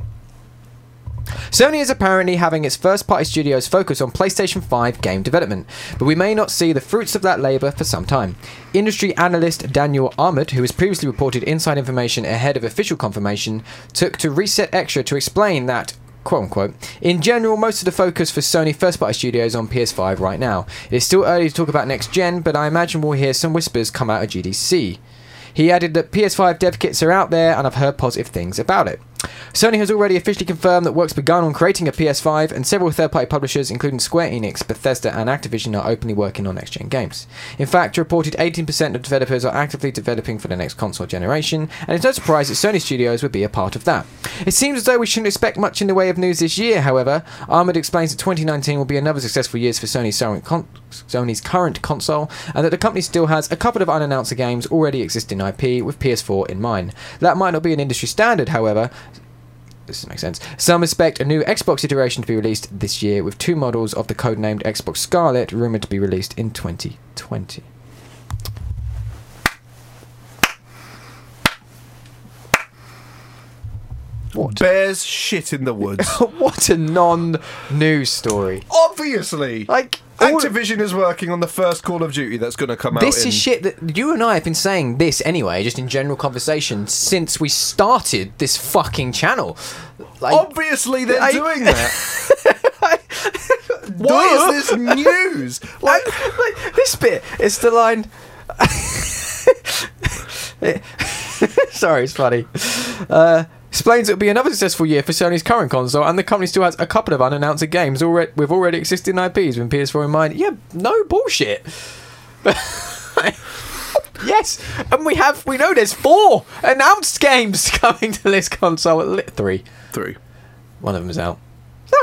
Speaker 1: Sony is apparently having its first party studios focus on PlayStation 5 game development, but we may not see the fruits of that labour for some time. Industry analyst Daniel Ahmed, who has previously reported inside information ahead of official confirmation, took to Reset Extra to explain that. Quote unquote. In general, most of the focus for Sony first party studios on PS5 right now. It is still early to talk about next gen, but I imagine we'll hear some whispers come out of GDC. He added that PS5 dev kits are out there and I've heard positive things about it. Sony has already officially confirmed that work's begun on creating a PS5, and several third party publishers, including Square Enix, Bethesda, and Activision, are openly working on next gen games. In fact, a reported 18% of developers are actively developing for the next console generation, and it's no surprise that Sony Studios would be a part of that. It seems as though we shouldn't expect much in the way of news this year, however. Armored explains that 2019 will be another successful year for Sony's current, con- Sony's current console, and that the company still has a couple of unannounced games already existing IP with PS4 in mind. That might not be an industry standard, however. This doesn't make sense. Some expect a new Xbox iteration to be released this year, with two models of the codenamed Xbox Scarlet rumored to be released in 2020. What?
Speaker 2: Bears shit in the woods.
Speaker 1: what a non-news story.
Speaker 2: Obviously.
Speaker 1: Like all-
Speaker 2: Activision is working on the first Call of Duty that's going to come out.
Speaker 1: This
Speaker 2: in-
Speaker 1: is shit that you and I have been saying this anyway, just in general conversation since we started this fucking channel. Like,
Speaker 2: Obviously, they're
Speaker 1: I-
Speaker 2: doing that. Why is this news? Like,
Speaker 1: like this bit is the line. It- Sorry, it's funny. Uh, explains it will be another successful year for Sony's current console, and the company still has a couple of unannounced games already with already existing IPs with PS4 in mind. Yeah, no bullshit. yes, and we have we know there's four announced games coming to this console. At li- three,
Speaker 2: Three.
Speaker 1: one of them is out.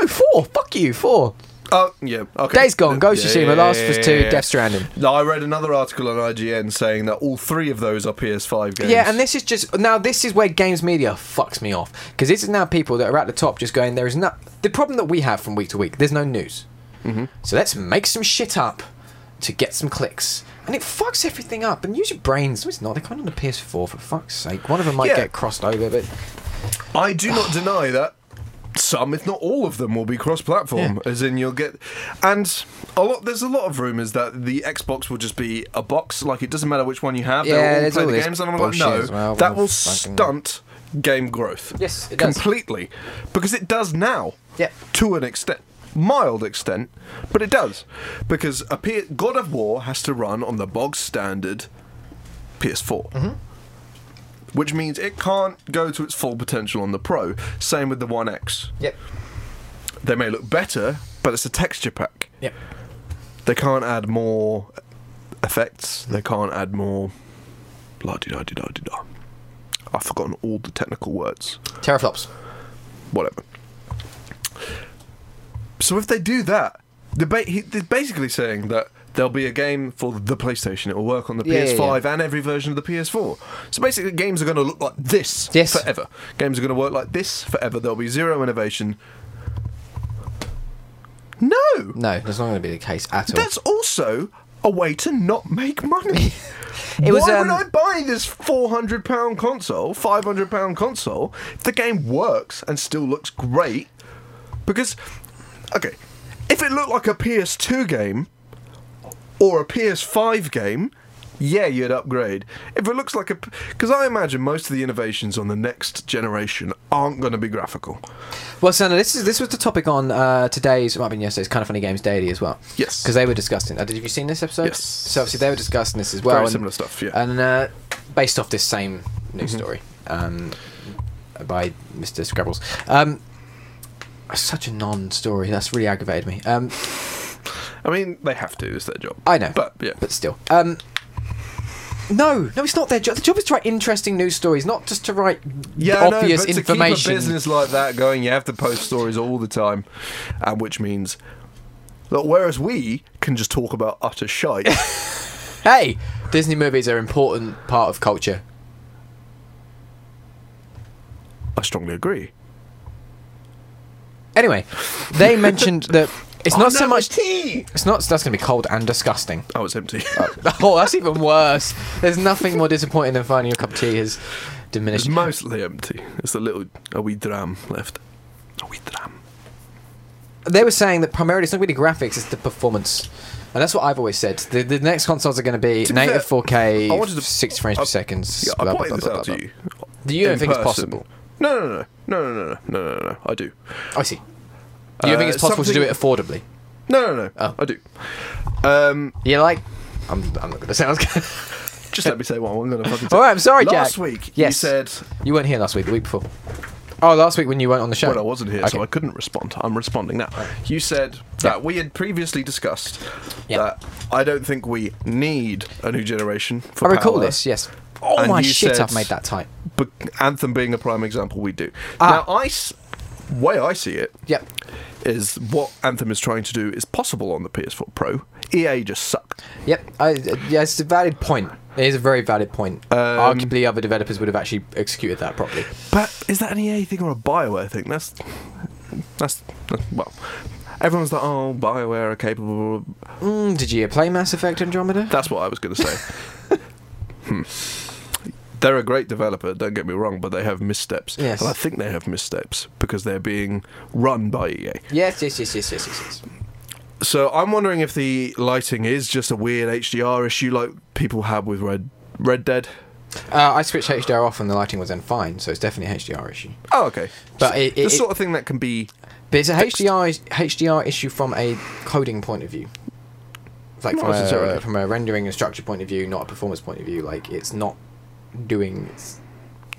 Speaker 1: No, four. Fuck you, four.
Speaker 2: Oh yeah. Okay.
Speaker 1: Days Gone, Ghost
Speaker 2: Yeah,
Speaker 1: of Tsushima,
Speaker 2: yeah,
Speaker 1: Last
Speaker 2: yeah,
Speaker 1: of Us
Speaker 2: yeah,
Speaker 1: Two,
Speaker 2: yeah.
Speaker 1: Death Stranding.
Speaker 2: No, I read another article on IGN saying that all three of those are PS5 games.
Speaker 1: Yeah, and this is just now. This is where games media fucks me off because this is now people that are at the top just going. There is not the problem that we have from week to week. There's no news, so let's make some shit up to get some clicks, and it fucks everything up. And use your brains. No, It's not. They're coming on the PS4 for fuck's sake. One of them might
Speaker 2: Yeah.
Speaker 1: get crossed over, but
Speaker 2: I do not deny that some, if not all of them, will be cross-platform. As in, you'll get, and a lot. There's a lot of rumors that the Xbox will just be a box. Like it doesn't matter which one you have.
Speaker 1: Yeah,
Speaker 2: they'll all
Speaker 1: there's
Speaker 2: play
Speaker 1: all
Speaker 2: the
Speaker 1: this
Speaker 2: games. And I'm like,
Speaker 1: bullshit
Speaker 2: no,
Speaker 1: as well,
Speaker 2: that will
Speaker 1: fucking-
Speaker 2: stunt game growth.
Speaker 1: Yes, it does.
Speaker 2: completely, because it does now.
Speaker 1: Yeah.
Speaker 2: to an extent. Mild extent, but it does, because a P- God of War has to run on the bog standard PS4 which means it can't go to its full potential on the Pro. Same with the One X.
Speaker 1: yep,
Speaker 2: They may look better, but it's a texture pack.
Speaker 1: yep.
Speaker 2: They can't add more effects. They can't add more. La di da di da di da. I've forgotten all the technical words.
Speaker 1: Teraflops.
Speaker 2: Whatever. So if they do that, they're, ba- he- they're basically saying that there'll be a game for the PlayStation. It will work on the
Speaker 1: Yeah, yeah,
Speaker 2: PS5 and every version of the PS4. So basically, games are going to look like this
Speaker 1: Yes.
Speaker 2: forever. Games are going to work like this forever. There'll be zero innovation. No,
Speaker 1: No, that's not going to be the case at all.
Speaker 2: that's also a way to not make money.
Speaker 1: It was,
Speaker 2: Why
Speaker 1: um,
Speaker 2: would I buy this four hundred pound console, five hundred pound console? If the game works and still looks great, because okay, if it looked like a PS2 game or a PS5 game, yeah, you'd upgrade. If it looks like a, because I imagine most of the innovations on the next generation aren't going to be graphical.
Speaker 1: Well, Santa, this is this was the topic on uh, today's, it might have been yesterday's, kind of funny games daily as well.
Speaker 2: Yes.
Speaker 1: because they were discussing. Uh, did have you seen this episode?
Speaker 2: Yes.
Speaker 1: So obviously they were discussing this as well.
Speaker 2: Very
Speaker 1: and-
Speaker 2: similar stuff, yeah. Mm-hmm.
Speaker 1: And uh, based off this same news story um, by Mister Scrabbles. Um, such a non-story. That's really aggravated me. Um,
Speaker 2: I mean, they have to; it's their job.
Speaker 1: I know,
Speaker 2: but yeah,
Speaker 1: but still. Um, no, no, it's not their job. The job is to write interesting news stories, not just to write
Speaker 2: Yeah,
Speaker 1: obvious
Speaker 2: no, but
Speaker 1: information.
Speaker 2: To keep a business like that going, you have to post stories all the time, and which means that whereas we can just talk about utter shite,
Speaker 1: Hey, Disney movies are an important part of culture.
Speaker 2: I strongly agree.
Speaker 1: Anyway, they mentioned that it's not
Speaker 2: Oh,
Speaker 1: so
Speaker 2: no,
Speaker 1: much.
Speaker 2: tea.
Speaker 1: It's not. That's gonna be cold and disgusting.
Speaker 2: Oh, it's empty.
Speaker 1: Oh, that's even worse. There's nothing more disappointing than finding your cup of tea has
Speaker 2: it's
Speaker 1: diminished.
Speaker 2: mostly empty. It's a little a wee dram left. A wee dram.
Speaker 1: They were saying that primarily it's not really graphics; it's the performance, and that's what I've always said. The, the next consoles are going to be
Speaker 2: To be
Speaker 1: native
Speaker 2: fair,
Speaker 1: 4K,
Speaker 2: I wanted to-
Speaker 1: 60 frames per
Speaker 2: I-
Speaker 1: second.
Speaker 2: Yeah,
Speaker 1: blah,
Speaker 2: I
Speaker 1: blah,
Speaker 2: pointed
Speaker 1: blah,
Speaker 2: this
Speaker 1: blah,
Speaker 2: out
Speaker 1: blah,
Speaker 2: to you.
Speaker 1: Do you don't
Speaker 2: in
Speaker 1: think it's
Speaker 2: person.
Speaker 1: possible?
Speaker 2: No, no, no, no, no, no, no, no, no, no. I do.
Speaker 1: blah. I see. Do you
Speaker 2: Uh,
Speaker 1: think it's possible to do it affordably?
Speaker 2: No, no, no.
Speaker 1: Oh.
Speaker 2: I do. Um,
Speaker 1: You like? I'm, I'm not going to say. I was gonna-
Speaker 2: just let me say one. I'm gonna fucking. say-
Speaker 1: Uh, All right, I'm sorry, Jack.
Speaker 2: Last week, you
Speaker 1: Yes.
Speaker 2: said
Speaker 1: you weren't here last week. The week before. Oh, last week when you weren't on the show.
Speaker 2: Well, I wasn't here,
Speaker 1: Okay.
Speaker 2: so I couldn't respond. I'm responding now. You said that we had previously discussed
Speaker 1: Yeah.
Speaker 2: that I don't think we need a new generation. For
Speaker 1: I recall
Speaker 2: power,
Speaker 1: this. Yes. Oh
Speaker 2: And
Speaker 1: my
Speaker 2: you
Speaker 1: shit!
Speaker 2: said-
Speaker 1: I've made that type.
Speaker 2: But Anthem being a prime example, we do.
Speaker 1: Ah.
Speaker 2: Now, I s- way I see it is
Speaker 1: Yep.
Speaker 2: what Anthem is trying to do is possible on the PS4 Pro. EA just suck.
Speaker 1: Yep. I, uh, yeah, it's a valid point. It is a very valid point.
Speaker 2: Um,
Speaker 1: Arguably, other developers would have actually executed that properly.
Speaker 2: But is that an EA thing or a Bioware thing? That's that's, that's well. Everyone's like, oh, Bioware are capable. of-"
Speaker 1: Mm, did you play Mass Effect Andromeda?
Speaker 2: That's what I was going to say. hmm. They're a great developer, don't get me wrong, but they have missteps.
Speaker 1: Yes.
Speaker 2: And I think they have missteps because they're being run by EA.
Speaker 1: yes, yes, yes, yes, yes, yes, yes.
Speaker 2: So I'm wondering if the lighting is just a weird HDR issue like people had with Red Red Dead.
Speaker 1: Uh, I switched HDR off and the lighting was then fine, so it's definitely an HDR issue.
Speaker 2: Oh, okay.
Speaker 1: But
Speaker 2: So
Speaker 1: it-
Speaker 2: the
Speaker 1: it-
Speaker 2: sort of thing that can be
Speaker 1: But it's a HDR is- HDR issue from a coding point of view, like
Speaker 2: Not
Speaker 1: from a,
Speaker 2: necessarily.
Speaker 1: from a rendering and structure point of view, not a performance point of view. Like it's not doing s-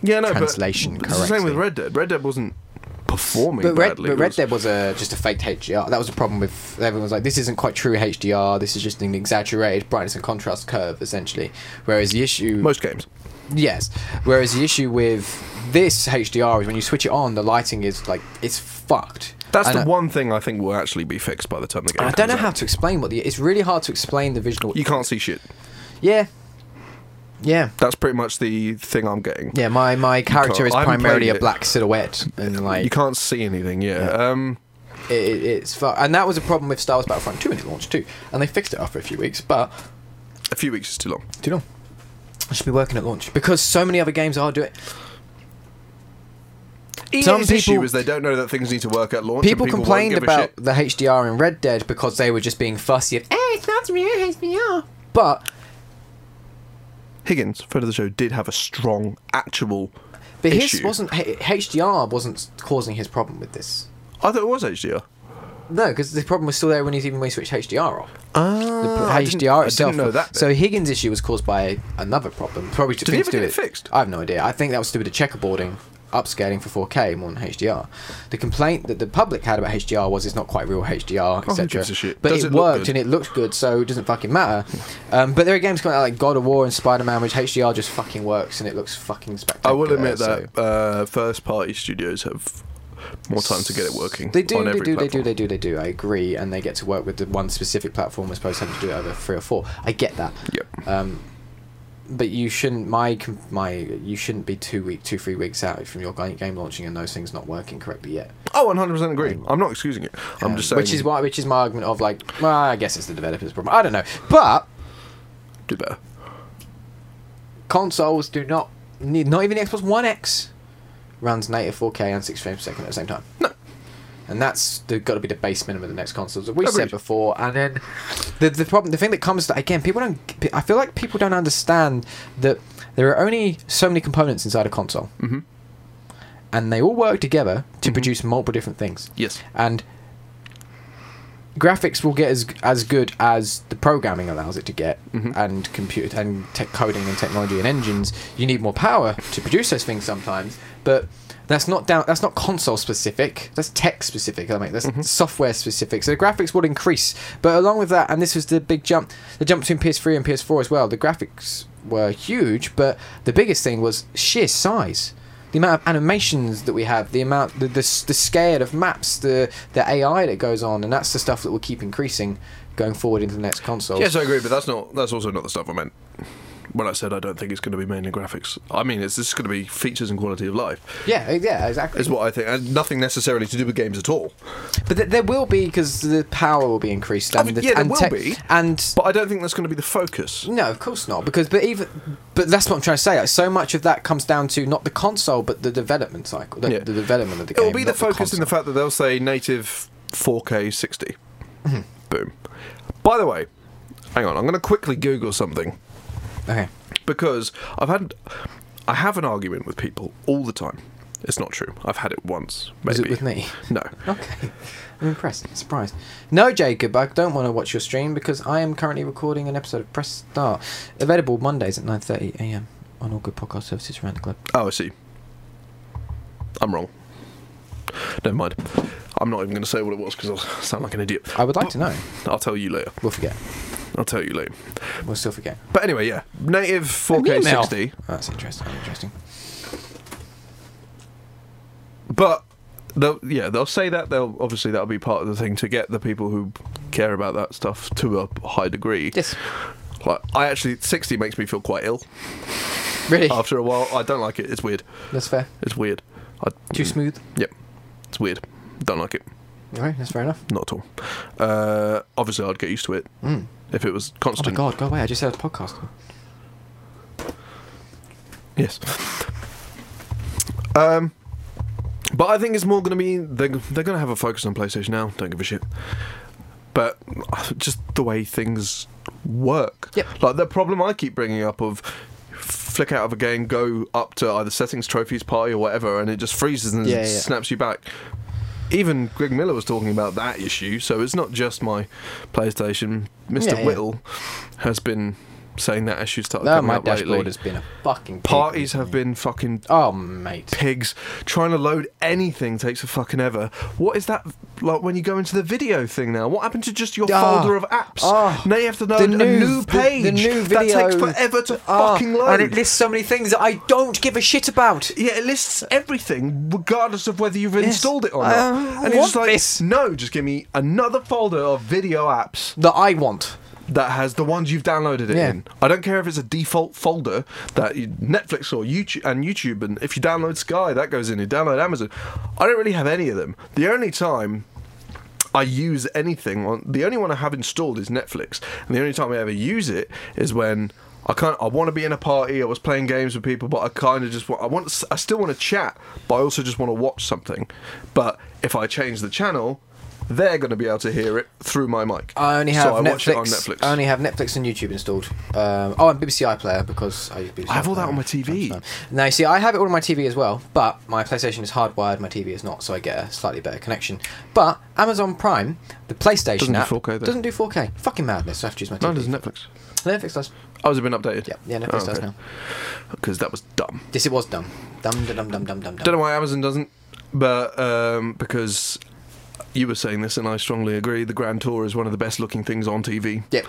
Speaker 2: Yeah, no,
Speaker 1: translation
Speaker 2: but it's the same with
Speaker 1: correctly.
Speaker 2: Red Dead. Red Dead wasn't performing
Speaker 1: But Red,
Speaker 2: badly.
Speaker 1: but
Speaker 2: it
Speaker 1: Red
Speaker 2: was-
Speaker 1: Dead was a, just a faked HDR. That was a problem with everyone's like, this isn't quite true HDR. This is just an exaggerated brightness and contrast curve, essentially. Whereas the issue,
Speaker 2: most games.
Speaker 1: yes, whereas the issue with this HDR is when you switch it on, the lighting is like it's fucked.
Speaker 2: That's
Speaker 1: And
Speaker 2: the
Speaker 1: I-
Speaker 2: one thing I think will actually be fixed by the time the game.
Speaker 1: I don't
Speaker 2: comes
Speaker 1: know
Speaker 2: out.
Speaker 1: how to explain what the. It's really hard to explain the visual.
Speaker 2: you can't see shit.
Speaker 1: yeah, yeah.
Speaker 2: That's pretty much the thing I'm getting.
Speaker 1: Yeah, my, my character
Speaker 2: can't-
Speaker 1: is
Speaker 2: I haven't
Speaker 1: primarily
Speaker 2: played
Speaker 1: a
Speaker 2: it.
Speaker 1: black silhouette, and like
Speaker 2: you can't see anything. Yeah. Um,
Speaker 1: it, it- it's fu- and that was a problem with Star Wars Battlefront Two when it launched too, and they fixed it after a few weeks, but
Speaker 2: a few weeks is too long.
Speaker 1: too long. I should be working at launch because so many other games are doing. Some
Speaker 2: EA's issue
Speaker 1: people-
Speaker 2: is they don't know that things need to work at launch. and
Speaker 1: People,
Speaker 2: people won't
Speaker 1: complained
Speaker 2: give a
Speaker 1: about
Speaker 2: shit.
Speaker 1: the HDR in Red Dead because they were just being fussy. Of, oh, it's not real HDR. But
Speaker 2: Higgins, friend of the show, did have a strong actual.
Speaker 1: but his
Speaker 2: Issue.
Speaker 1: wasn't H- HDR wasn't causing his problem with this.
Speaker 2: I thought it was HDR.
Speaker 1: No, because the problem was still there when he's even when he switched HDR off.
Speaker 2: Ah,
Speaker 1: the pr-
Speaker 2: I didn't-
Speaker 1: HDR itself.
Speaker 2: I didn't know that.
Speaker 1: So Higgins' issue was caused by another problem. Probably
Speaker 2: he
Speaker 1: things
Speaker 2: ever
Speaker 1: to do
Speaker 2: get
Speaker 1: with-
Speaker 2: it fixed?
Speaker 1: I have no idea. I think that was to do with the checkerboarding, upscaling for 4K more than HDR. The complaint that the public had about HDR was it's not quite real HDR,
Speaker 2: Oh, who
Speaker 1: etc.
Speaker 2: gives a shit?
Speaker 1: But
Speaker 2: Does
Speaker 1: it
Speaker 2: it look
Speaker 1: worked
Speaker 2: good?
Speaker 1: and it looked good, so it doesn't fucking matter. Um, but there are games coming out like God of War and Spider Man, which HDR just fucking works and it looks fucking
Speaker 2: I
Speaker 1: spectacular.
Speaker 2: will admit
Speaker 1: so-
Speaker 2: that uh, first party studios have more time to get it working.
Speaker 1: They do,
Speaker 2: on
Speaker 1: they
Speaker 2: every
Speaker 1: do, they do,
Speaker 2: platform.
Speaker 1: they do, they do. I agree, and they get to work with the one specific platform as opposed to having to do it over three or four. I get that.
Speaker 2: Yep.
Speaker 1: Um, but you shouldn't my com- my you shouldn't be two week two three weeks out from your ga- game launching and those things not working correctly yet.
Speaker 2: Oh, 100% agree. I'm not excusing it. I'm
Speaker 1: Um,
Speaker 2: just saying.
Speaker 1: which is why which is my argument of like well I guess it's the developer's problem. I don't know, but
Speaker 2: Do better.
Speaker 1: consoles do not need not even the Xbox One X runs native 4K and 60 frames per second at the same time. No. And that's got to be the base minimum of the next consoles that we said
Speaker 2: Agreed.
Speaker 1: before. And then the the problem, the thing that comes to, again, people don't. I feel like people don't understand that there are only so many components inside a console,
Speaker 2: Mm-hmm.
Speaker 1: and they all work together to produce multiple different things
Speaker 2: Yes.
Speaker 1: and graphics will get as as good as the programming allows it to get
Speaker 2: Mhm.
Speaker 1: and compute and tech coding and technology and engines you need more power to produce those things sometimes but that's not down that's not console specific that's tech specific i mean that's software specific so the graphics will increase but along with that and this was the big jump the jump between ps3 and ps4 as well the graphics were huge but the biggest thing was sheer size the amount of animations that we have, the amount, the the, s- the scale of maps, the the AI that goes on, and that's the stuff that will keep increasing going forward into the next console.
Speaker 2: Yes, I agree, but that's not. That's also not the stuff I meant when I said I don't think it's going to be mainly graphics. I mean, it's just going to be features and quality of life.
Speaker 1: yeah, yeah, exactly.
Speaker 2: Is what I think, and nothing necessarily to do with games at all.
Speaker 1: But th- there will be because the power will be increased.
Speaker 2: I
Speaker 1: And
Speaker 2: mean,
Speaker 1: the,
Speaker 2: yeah, there
Speaker 1: and
Speaker 2: will
Speaker 1: tech-
Speaker 2: be.
Speaker 1: And
Speaker 2: But I don't think that's going to be the focus.
Speaker 1: no, of course not. Because but even but that's what I'm trying to say. Like, so much of that comes down to not the console, but the development cycle, the,
Speaker 2: Yeah.
Speaker 1: the development of the
Speaker 2: It
Speaker 1: game.
Speaker 2: will be the
Speaker 1: not
Speaker 2: focus in the
Speaker 1: console.
Speaker 2: fact that they'll say native 4K 60. Boom. By the way, hang on. I'm going to quickly Google something.
Speaker 1: okay.
Speaker 2: because I've had I have an argument with people all the time. It's not true. I've had it once.
Speaker 1: Was
Speaker 2: Maybe.
Speaker 1: it with me?
Speaker 2: No.
Speaker 1: Okay. I'm impressed. Surprised. No, Jacob, I don't want to watch your stream because I am currently recording an episode of Press Start. Available Mondays at 9.30 a.m. on all good podcast services around the globe.
Speaker 2: Oh, I see. I'm wrong. Never mind. I'm not even going to say what it was because I'll sound like an idiot.
Speaker 1: I would like to know.
Speaker 2: I'll tell you later.
Speaker 1: We'll forget.
Speaker 2: I'll tell you later.
Speaker 1: We'll still forget.
Speaker 2: But anyway, yeah. Native
Speaker 1: An
Speaker 2: 4K
Speaker 1: email.
Speaker 2: 60.
Speaker 1: That's interesting. Interesting.
Speaker 2: But they'll, yeah, they'll say that. They'll obviously that'll be part of the thing to get the people who care about that stuff to a high degree.
Speaker 1: Yes.
Speaker 2: Like I actually 60 makes me feel quite ill.
Speaker 1: Really?
Speaker 2: After a while, I don't like it. It's weird.
Speaker 1: That's fair.
Speaker 2: It's weird. I,
Speaker 1: Too smooth.
Speaker 2: Yep. It's weird. Don't like it.
Speaker 1: All right, that's fair enough.
Speaker 2: Not at all. Uh, obviously, I'd get used to it
Speaker 1: Mm.
Speaker 2: if it was
Speaker 1: Oh my
Speaker 2: constant.
Speaker 1: god, go away. I just had a podcast.
Speaker 2: Yes. Um, but I think it's more going to be they're, they're going to have a focus on PlayStation now. Don't give a shit. But uh, just the way things work.
Speaker 1: Yep.
Speaker 2: Like the problem I keep bringing up of flick out of a game, go up to either settings, trophies, party, or whatever, and it just freezes and
Speaker 1: Yeah, yeah.
Speaker 2: snaps you back. Even Greg Miller was talking about that issue, so it's not just my PlayStation. Mr.
Speaker 1: Yeah, yeah.
Speaker 2: Whittle has been saying that issue started
Speaker 1: No,
Speaker 2: coming
Speaker 1: my
Speaker 2: up
Speaker 1: dashboard
Speaker 2: lately.
Speaker 1: has been a fucking pig
Speaker 2: Parties have
Speaker 1: recently.
Speaker 2: been fucking
Speaker 1: Oh mate,
Speaker 2: pigs. Trying to load anything takes a fucking ever. What is that like when you go into the video thing now? What happened to just your
Speaker 1: Ah,
Speaker 2: folder of apps?
Speaker 1: ah,
Speaker 2: now you have to load
Speaker 1: the
Speaker 2: a
Speaker 1: new-
Speaker 2: new
Speaker 1: the- the
Speaker 2: page.
Speaker 1: new
Speaker 2: That takes
Speaker 1: video.
Speaker 2: forever to
Speaker 1: Ah,
Speaker 2: fucking load.
Speaker 1: and it lists so many things that I don't give a shit about.
Speaker 2: yeah, it lists everything, regardless of whether you've installed it or
Speaker 1: I
Speaker 2: not.
Speaker 1: don't
Speaker 2: and it's just
Speaker 1: want
Speaker 2: like,
Speaker 1: this.
Speaker 2: no, just give me another folder of video apps
Speaker 1: That I want.
Speaker 2: that has the ones you've downloaded it
Speaker 1: Yeah.
Speaker 2: in. I don't care if it's a default folder that you, Netflix or YouTube and YouTube, and if you download Sky, that goes in. You download Amazon. I don't really have any of them. The only time I use anything on the only one I have installed is Netflix, and the only time I ever use it is when. I can't. I want to be in a party. I was playing games with people, but I kind of just want. I want. I still want to chat, but I also just want to watch something. But if I change the channel, they're going to be able to hear it through my mic.
Speaker 1: I only have
Speaker 2: so I
Speaker 1: Netflix,
Speaker 2: watch it on Netflix.
Speaker 1: I only have Netflix and YouTube installed. Um, oh, and BBC iPlayer because I use BBC.
Speaker 2: I have all that
Speaker 1: iPlayer.
Speaker 2: on my TV.
Speaker 1: That's fine. Now you see, I have it all on my TV as well, but my PlayStation is hardwired, my TV is not, so I get a slightly better connection. But Amazon Prime, the PlayStation
Speaker 2: Doesn't do
Speaker 1: app,
Speaker 2: 4K though.
Speaker 1: doesn't do 4K. Fucking madness. I have to use my TV.
Speaker 2: No, there's Netflix.
Speaker 1: Oh, Netflix does.
Speaker 2: Oh, has it been updated?
Speaker 1: Yeah, yeah, Netflix does now.
Speaker 2: Because that was dumb.
Speaker 1: This it was dumb. Dumb, dum, dum, dum, dum, dum.
Speaker 2: Don't
Speaker 1: dumb.
Speaker 2: know why Amazon doesn't, but um, because you were saying this, and I strongly agree. The Grand Tour is one of the best looking things on TV.
Speaker 1: Yep.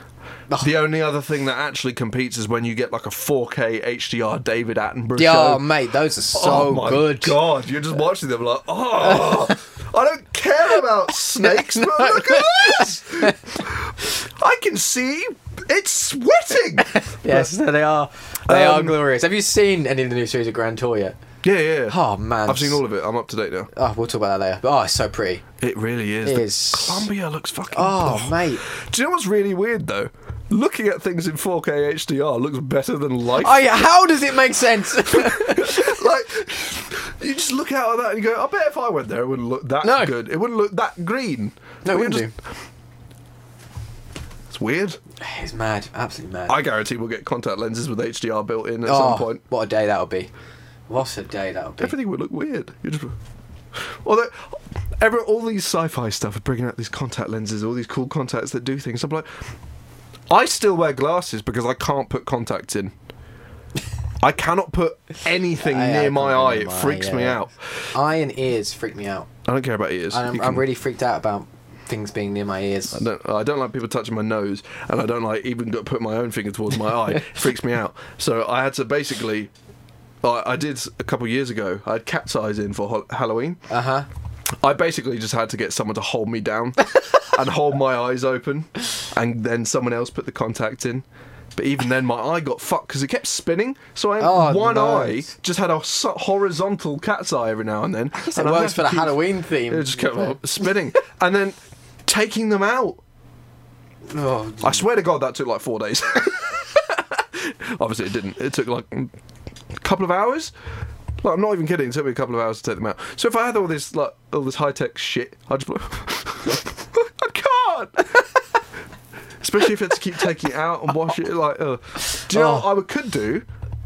Speaker 1: Oh,
Speaker 2: The only other thing that actually competes is when you get like a 4K HDR David Attenborough
Speaker 1: yeah,
Speaker 2: show.
Speaker 1: mate, those are so
Speaker 2: oh my
Speaker 1: good.
Speaker 2: God, you're just watching them like, oh, I don't care about snakes, but look at this. I can see it's sweating.
Speaker 1: Yes, they are. They are
Speaker 2: Um,
Speaker 1: glorious. Have you seen any of the new series of Grand Tour yet?
Speaker 2: Yeah, yeah.
Speaker 1: Oh man,
Speaker 2: I've seen all of it. I'm up to date now.
Speaker 1: Oh, we'll talk about that later. But, oh, it's so pretty.
Speaker 2: It really is.
Speaker 1: It
Speaker 2: The
Speaker 1: is.
Speaker 2: Columbia looks fucking.
Speaker 1: Oh, mate.
Speaker 2: Do you know what's really weird though? Looking at things in 4K HDR looks better than life.
Speaker 1: I, Oh, how does it make sense?
Speaker 2: like, you just look out at that and you go, I bet if I went there, it wouldn't look that
Speaker 1: No.
Speaker 2: good. It wouldn't look that
Speaker 1: no, it
Speaker 2: green. But
Speaker 1: wouldn't
Speaker 2: you're just- It's weird.
Speaker 1: do. It's mad, absolutely mad.
Speaker 2: I guarantee we'll get contact lenses with HDR built in at
Speaker 1: oh,
Speaker 2: some point.
Speaker 1: what a day that'll be. What a day that'll be.
Speaker 2: Everything would look weird. You just, although, every, all these sci-fi stuff are bringing out these contact lenses, all these cool contacts that do things. I'm like, I still wear glasses because I can't put contacts in. I cannot put anything
Speaker 1: I- I
Speaker 2: near my
Speaker 1: can't
Speaker 2: eye.
Speaker 1: remember
Speaker 2: It
Speaker 1: my
Speaker 2: freaks
Speaker 1: eye,
Speaker 2: me
Speaker 1: yeah.
Speaker 2: out.
Speaker 1: Eye and ears freak me out.
Speaker 2: I don't care about ears.
Speaker 1: And I'm,
Speaker 2: You
Speaker 1: I'm
Speaker 2: can-
Speaker 1: really freaked out about things being near my ears.
Speaker 2: I don't, I don't like people touching my nose, and I don't like even to put my own finger towards my eye. It freaks me out. So I had to basically. I I did a couple years ago. I had cat's eyes in for Hol- Halloween.
Speaker 1: Uh huh.
Speaker 2: I basically just had to get someone to hold me down and hold my eyes open, and then someone else put the contact in. But even then, my eye got fucked because it kept spinning. So I
Speaker 1: Oh,
Speaker 2: one
Speaker 1: no.
Speaker 2: eye just had a s- horizontal cat's eye every now and then. I
Speaker 1: It works for the Halloween theme.
Speaker 2: It just kept up spinning, and then taking them out.
Speaker 1: Oh,
Speaker 2: I swear to God, that took like four days. Obviously, it didn't. It took like mm, a couple of hours. Like, I'm not even kidding. It took me a couple of hours to take them out. So if I had all this like all this high tech shit, I just I can't. Especially if I had to keep taking it out and wash it. Like, uh. do you
Speaker 1: Oh.
Speaker 2: know what I would- could do?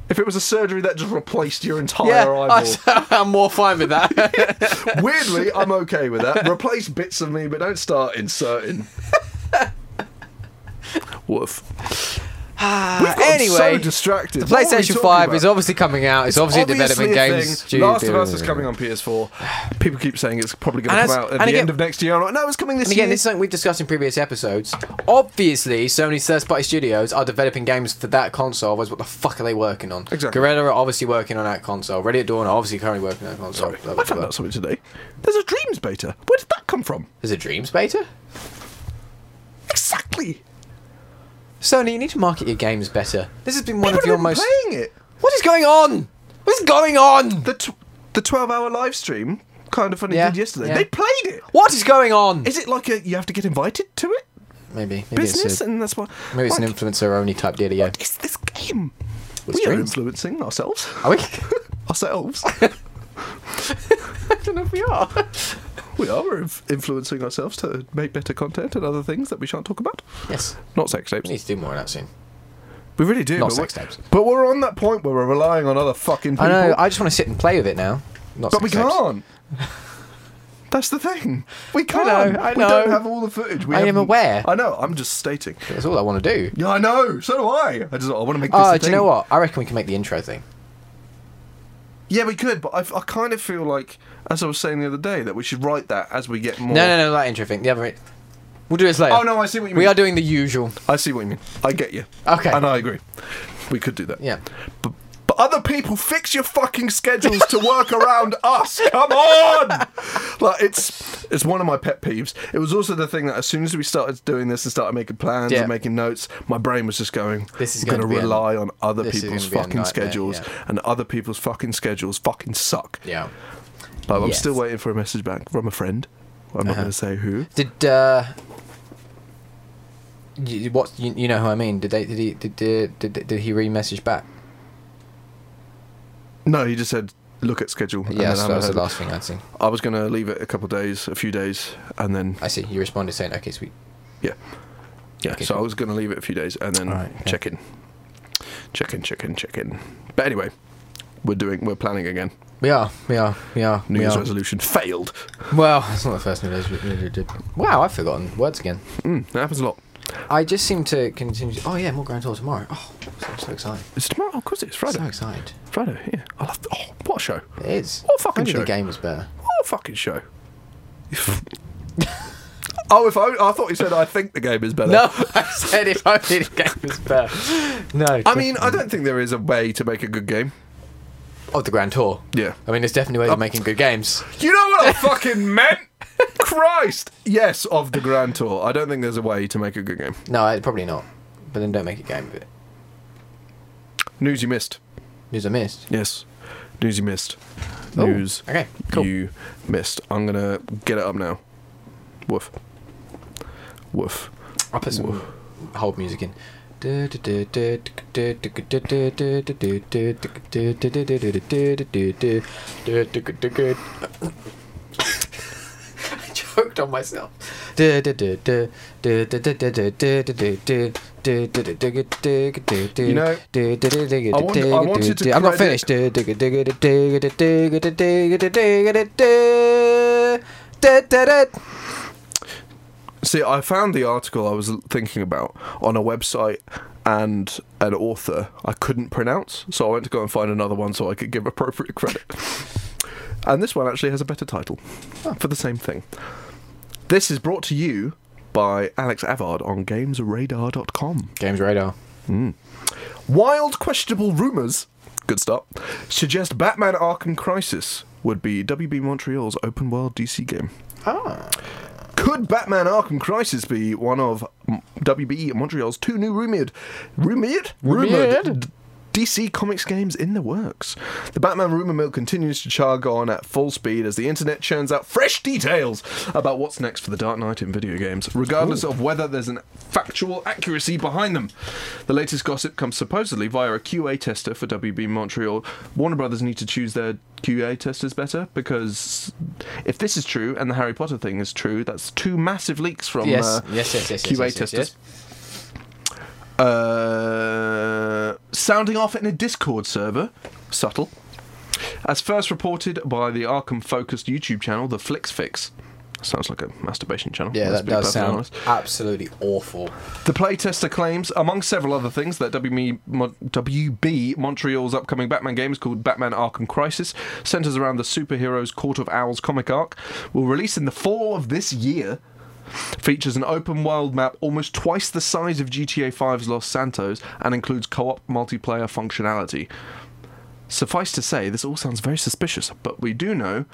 Speaker 2: If it was a surgery that just replaced your entire
Speaker 1: yeah,
Speaker 2: eyeball.
Speaker 1: I, am more fine with that.
Speaker 2: Weirdly, I'm okay with that. Replace bits of me, but don't start inserting. Woof. We've gotten
Speaker 1: Ah, anyway,
Speaker 2: so distracted.
Speaker 1: the PlayStation 5 is obviously coming out. It's obviously, a development game.
Speaker 2: Thing. Last of Us is coming on PS4. People keep saying it's probably going to
Speaker 1: And
Speaker 2: come
Speaker 1: as-
Speaker 2: out
Speaker 1: and
Speaker 2: at the
Speaker 1: again-
Speaker 2: end of next year. I'm like, no, it's coming this
Speaker 1: And again,
Speaker 2: year.
Speaker 1: this is something we've discussed in previous episodes. Obviously, Sony's third-party studios are developing games for that console. Otherwise, what the fuck are they working on?
Speaker 2: Exactly.
Speaker 1: Guerrilla are obviously working on that console. Ready at Dawn are obviously currently working on that console. Blah,
Speaker 2: I
Speaker 1: blah,
Speaker 2: found
Speaker 1: blah.
Speaker 2: out something today. There's a Dreams beta. Where did that come from?
Speaker 1: There's a Dreams beta.
Speaker 2: Exactly.
Speaker 1: Sony, you need to market your games better. This has been one
Speaker 2: People
Speaker 1: of your
Speaker 2: have been
Speaker 1: most.
Speaker 2: playing it.
Speaker 1: What is going on? What is going on?
Speaker 2: The tw- the 12 hour live stream, kind of funny,
Speaker 1: Yeah,
Speaker 2: did yesterday.
Speaker 1: yeah.
Speaker 2: They played it.
Speaker 1: What is going on?
Speaker 2: Is it like a you have to get invited to it?
Speaker 1: maybe, maybe
Speaker 2: business,
Speaker 1: It's a,
Speaker 2: and that's why.
Speaker 1: maybe it's an
Speaker 2: like,
Speaker 1: influencer-only type deal. Yeah.
Speaker 2: it's this game.
Speaker 1: What's
Speaker 2: we are
Speaker 1: Dreams?
Speaker 2: influencing ourselves.
Speaker 1: Are we?
Speaker 2: ourselves.
Speaker 1: I don't know if we are.
Speaker 2: we are. We're inf- influencing ourselves to make better content and other things that we shan't talk about.
Speaker 1: yes.
Speaker 2: Not sex tapes.
Speaker 1: We need to do more of that soon.
Speaker 2: We really do.
Speaker 1: Not
Speaker 2: but
Speaker 1: sex
Speaker 2: we're-
Speaker 1: tapes.
Speaker 2: But we're on that point where we're relying on other fucking people.
Speaker 1: I know. I just want to sit and play with it now. Not
Speaker 2: but we
Speaker 1: sex tapes.
Speaker 2: can't. That's the thing. We can't.
Speaker 1: know, I
Speaker 2: We don't
Speaker 1: know.
Speaker 2: have all the footage. We
Speaker 1: I am
Speaker 2: haven't-
Speaker 1: aware.
Speaker 2: I know. I'm just stating.
Speaker 1: That's all I want to do.
Speaker 2: Yeah, I know. So do I. I just I want to make. This
Speaker 1: Oh,
Speaker 2: the
Speaker 1: do you know
Speaker 2: thing.
Speaker 1: what? I reckon we can make the intro thing.
Speaker 2: Yeah, we could, but I, I kind of feel like, as I was saying the other day, that we should write that as we get more.
Speaker 1: No, no, no, that intro thing. The other. We'll do this later.
Speaker 2: Oh no, I see what you mean.
Speaker 1: We are doing the usual.
Speaker 2: I see what you mean. I get you.
Speaker 1: Okay.
Speaker 2: And I agree. We could do that.
Speaker 1: Yeah.
Speaker 2: But, but other people fix your fucking schedules to work around us. Come on. Like it's it's one of my pet peeves. It was also the thing that as soon as we started doing this and started making plans
Speaker 1: Yeah.
Speaker 2: and making notes, my brain was just going.
Speaker 1: This is
Speaker 2: we're
Speaker 1: going to
Speaker 2: gonna
Speaker 1: be a-
Speaker 2: rely on other
Speaker 1: this is
Speaker 2: people's
Speaker 1: gonna be a
Speaker 2: fucking
Speaker 1: nightmare,
Speaker 2: schedules,
Speaker 1: yeah.
Speaker 2: and other people's fucking schedules fucking suck.
Speaker 1: Yeah.
Speaker 2: Like,
Speaker 1: Yes.
Speaker 2: I'm
Speaker 1: Uh-huh.
Speaker 2: still waiting for a message back from a friend. I'm not going to say who.
Speaker 1: Did uh, you, what you, you know who I mean? Did they? Did he? Did did, did, did he re-message back?
Speaker 2: No, he just said look at schedule. and
Speaker 1: Yeah,
Speaker 2: then I
Speaker 1: so
Speaker 2: haven't
Speaker 1: that was the
Speaker 2: heard.
Speaker 1: last thing I'd seen.
Speaker 2: I was going to leave it a couple days, a few days, and then
Speaker 1: I see. You responded saying, "Okay, sweet."
Speaker 2: yeah, yeah.
Speaker 1: Okay,
Speaker 2: so I
Speaker 1: cool.
Speaker 2: was going to leave it a few days and then
Speaker 1: Alright, okay.
Speaker 2: check in, check in, check in, check in. But anyway, we're doing, we're planning again.
Speaker 1: We are. We are. We are.
Speaker 2: New
Speaker 1: we
Speaker 2: Year's
Speaker 1: are.
Speaker 2: resolution failed.
Speaker 1: Well, that's not the first New Year's we did. Wow, I've forgotten words again.
Speaker 2: Mm, that happens a lot.
Speaker 1: I just seem to continue. Oh yeah, more Grand Tour tomorrow. Oh, I'm so excited.
Speaker 2: It's tomorrow. Oh, Of course, it's Friday.
Speaker 1: So excited.
Speaker 2: Friday. Yeah. I love. Oh, what a show!
Speaker 1: It is.
Speaker 2: What a fucking
Speaker 1: Only
Speaker 2: show.
Speaker 1: The game was better.
Speaker 2: What a fucking show! oh, if I, I thought you said I think the game is better.
Speaker 1: No, I said if only the game was better. No.
Speaker 2: I mean, I don't think there is a way to make a good game.
Speaker 1: of the Grand Tour.
Speaker 2: Yeah.
Speaker 1: I mean, there's definitely ways of making good games.
Speaker 2: You know what I fucking meant? Christ! Yes, of the Grand Tour. I don't think there's a way to make a good game.
Speaker 1: No, I- probably not. But then don't make a game of it.
Speaker 2: News you missed.
Speaker 1: News I missed.
Speaker 2: Yes. News you missed.
Speaker 1: Oh,
Speaker 2: News
Speaker 1: okay, cool.
Speaker 2: you missed. I'm gonna get it up now. Woof. Woof.
Speaker 1: I'll put some hold music in. I choked on myself. You
Speaker 2: know,
Speaker 1: I,
Speaker 2: want- I wanted to
Speaker 1: I'm not
Speaker 2: credit-
Speaker 1: finished. That's
Speaker 2: See, I found the article I was thinking about on a website and an author I couldn't pronounce, so I went to go and find another one so I could give appropriate credit. and this one actually has a better title for the same thing. This is brought to you by Alex Avard on GamesRadar.com.
Speaker 1: Games Radar.
Speaker 2: Wild, questionable rumours. Good start. Suggest Batman Arkham Crisis would be WB Montreal's open world DC game.
Speaker 1: Ah.
Speaker 2: Could Batman Arkham Crisis be one of M- WBE Montreal's two new rumored, rumored,
Speaker 1: Rumored?
Speaker 2: rumored d- DC Comics games in the works? The Batman rumor mill continues to chug on at full speed as the internet churns out fresh details about what's next for the Dark Knight in video games, regardless of whether there's an factual accuracy behind them. The latest gossip comes supposedly via a QA tester for WB Montreal. Warner Brothers need to choose their QA testers better because if this is true and the Harry Potter thing is true, that's two massive leaks from
Speaker 1: Yes,
Speaker 2: uh,
Speaker 1: yes, yes, yes, yes,
Speaker 2: QA
Speaker 1: yes, yes,
Speaker 2: testers. Uh, sounding off in a Discord server, subtle. As first reported by the Arkham focused YouTube channel, The Flicks Fix. Sounds like a masturbation channel.
Speaker 1: Yeah,
Speaker 2: let's
Speaker 1: that
Speaker 2: be
Speaker 1: does
Speaker 2: perfectly
Speaker 1: sound
Speaker 2: honest.
Speaker 1: absolutely awful.
Speaker 2: The playtester claims, among several other things, that WB, Mon- WB Montreal's upcoming Batman game is called Batman Arkham Crisis, centers around the superhero's Court of Owls comic arc, will release in the fall of this year. Features an open world map almost twice the size of GTA 5's Los Santos and includes co op multiplayer functionality. Suffice to say, this all sounds very suspicious, but we do know,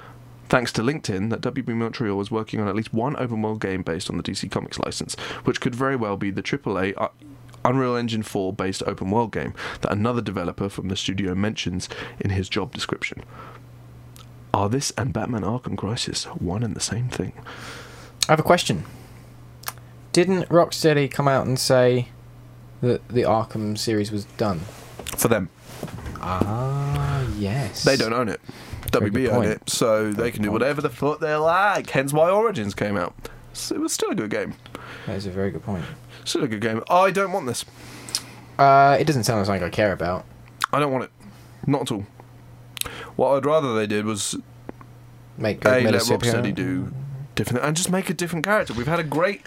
Speaker 2: thanks to LinkedIn, that WB Montreal is working on at least one open world game based on the DC Comics license, which could very well be the AAA uh, Unreal Engine 4 based open world game that another developer from the studio mentions in his job description. Are this and Batman Arkham Crisis one and the same thing?
Speaker 1: I have a question. Didn't Rocksteady come out and say that the Arkham series was done?
Speaker 2: For them,
Speaker 1: Ah, yes.
Speaker 2: they don't own it.
Speaker 1: Very good
Speaker 2: WB own
Speaker 1: point.
Speaker 2: it, so they can do whatever the fuck they like. Hence why Origins came out. So it was still a good game.
Speaker 1: That is a very good point.
Speaker 2: Still a good game. I don't want this.
Speaker 1: Uh, it doesn't sound like something I care about.
Speaker 2: I don't want it. Not at all. What I'd rather they did was
Speaker 1: Make
Speaker 2: A
Speaker 1: Greg Miller
Speaker 2: let Rock Steady
Speaker 1: superhero.
Speaker 2: do different and just make a different character. We've had a great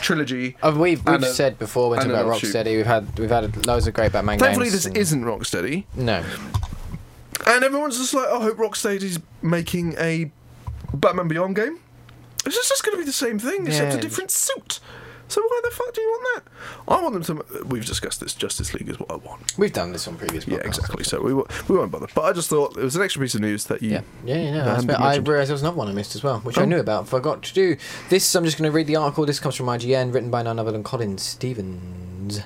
Speaker 2: trilogy.
Speaker 1: Uh, we've we've
Speaker 2: And a-
Speaker 1: said before when
Speaker 2: and
Speaker 1: talking
Speaker 2: an
Speaker 1: about
Speaker 2: offshoot.
Speaker 1: Rocksteady, we've had we've had loads of great Batman
Speaker 2: Thankfully,
Speaker 1: games.
Speaker 2: this
Speaker 1: and-
Speaker 2: isn't Rocksteady,
Speaker 1: no.
Speaker 2: and everyone's just like, "Oh, "I hope Rocksteady's making a Batman Beyond game." It's just, just going to be the same thing, except
Speaker 1: Yeah.
Speaker 2: a different suit. So why the fuck do you want that? I want them to. We've discussed this. Justice League is what I want.
Speaker 1: We've done this on previous.
Speaker 2: Yeah,
Speaker 1: podcasts.
Speaker 2: exactly. So we wo- we won't bother. But I just thought it was an extra piece of news that you.
Speaker 1: Yeah, yeah, yeah. No, that's
Speaker 2: hadn't
Speaker 1: been-
Speaker 2: been
Speaker 1: I
Speaker 2: mentioned.
Speaker 1: realised there was another one I missed as well, which I
Speaker 2: Oh.
Speaker 1: knew about, forgot to do. This, I'm just going to read the article. This comes from IGN, written by none other than Colin Stevens.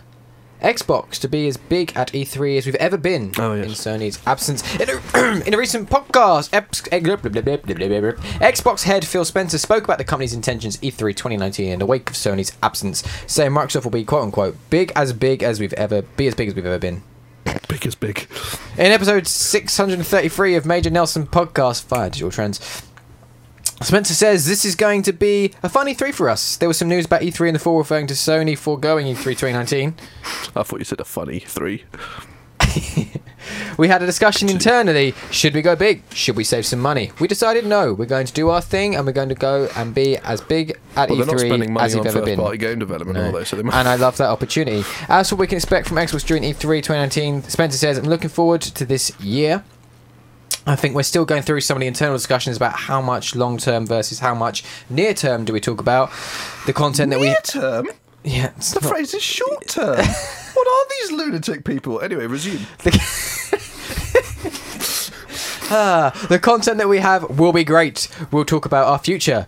Speaker 1: Xbox to be as big at E3 as we've ever been
Speaker 2: Oh, yes.
Speaker 1: in Sony's absence. In a, in a recent podcast, Eps- eh, blah, blah, blah, blah, blah, blah, blah. Xbox head Phil Spencer spoke about the company's intentions E E3 2019 in the wake of Sony's absence, saying Microsoft will be quote unquote big as big as we've ever be as big as we've ever been.
Speaker 2: Big as big.
Speaker 1: In episode 633 of Major Nelson podcast via Digital Trends, Spencer says this is going to be a funny three for us. There was some news about E3 in the fall referring to Sony foregoing E E3 2019.
Speaker 2: I thought you said a funny three.
Speaker 1: We had a discussion internally should we go big? Should we save some money? We decided no. We're going to do our thing and we're going to go and be as big at
Speaker 2: But they're not spending
Speaker 1: E3
Speaker 2: money
Speaker 1: as
Speaker 2: on
Speaker 1: you've ever
Speaker 2: first
Speaker 1: been.
Speaker 2: party game development,
Speaker 1: No.
Speaker 2: are they? So they
Speaker 1: and I love that opportunity. As for what we can expect from Xbox during E E3 2019, Spencer says, I'm looking forward to this year. I think we're still going through some of the internal discussions about how much long term versus how much near term do we talk about. The content that
Speaker 2: Near term?
Speaker 1: we. Yeah, it's
Speaker 2: The
Speaker 1: not-
Speaker 2: phrase is short term. what are these lunatic people? Anyway, resume.
Speaker 1: Ah, the content that we have will be great. We'll talk about our future.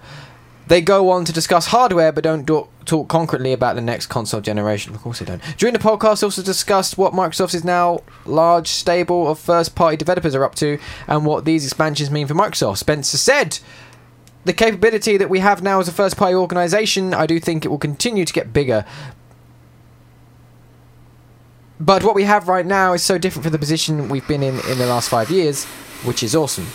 Speaker 1: They go on to discuss hardware, but don't do- talk concretely about the next console generation. Of course, they don't. During the podcast, they also discussed what Microsoft's is now large stable of first-party developers are up to, and what these expansions mean for Microsoft. Spencer said, "The capability that we have now as a first-party organization, I do think it will continue to get bigger, but what we have right now is so different from the position we've been in in the last five years, which is awesome.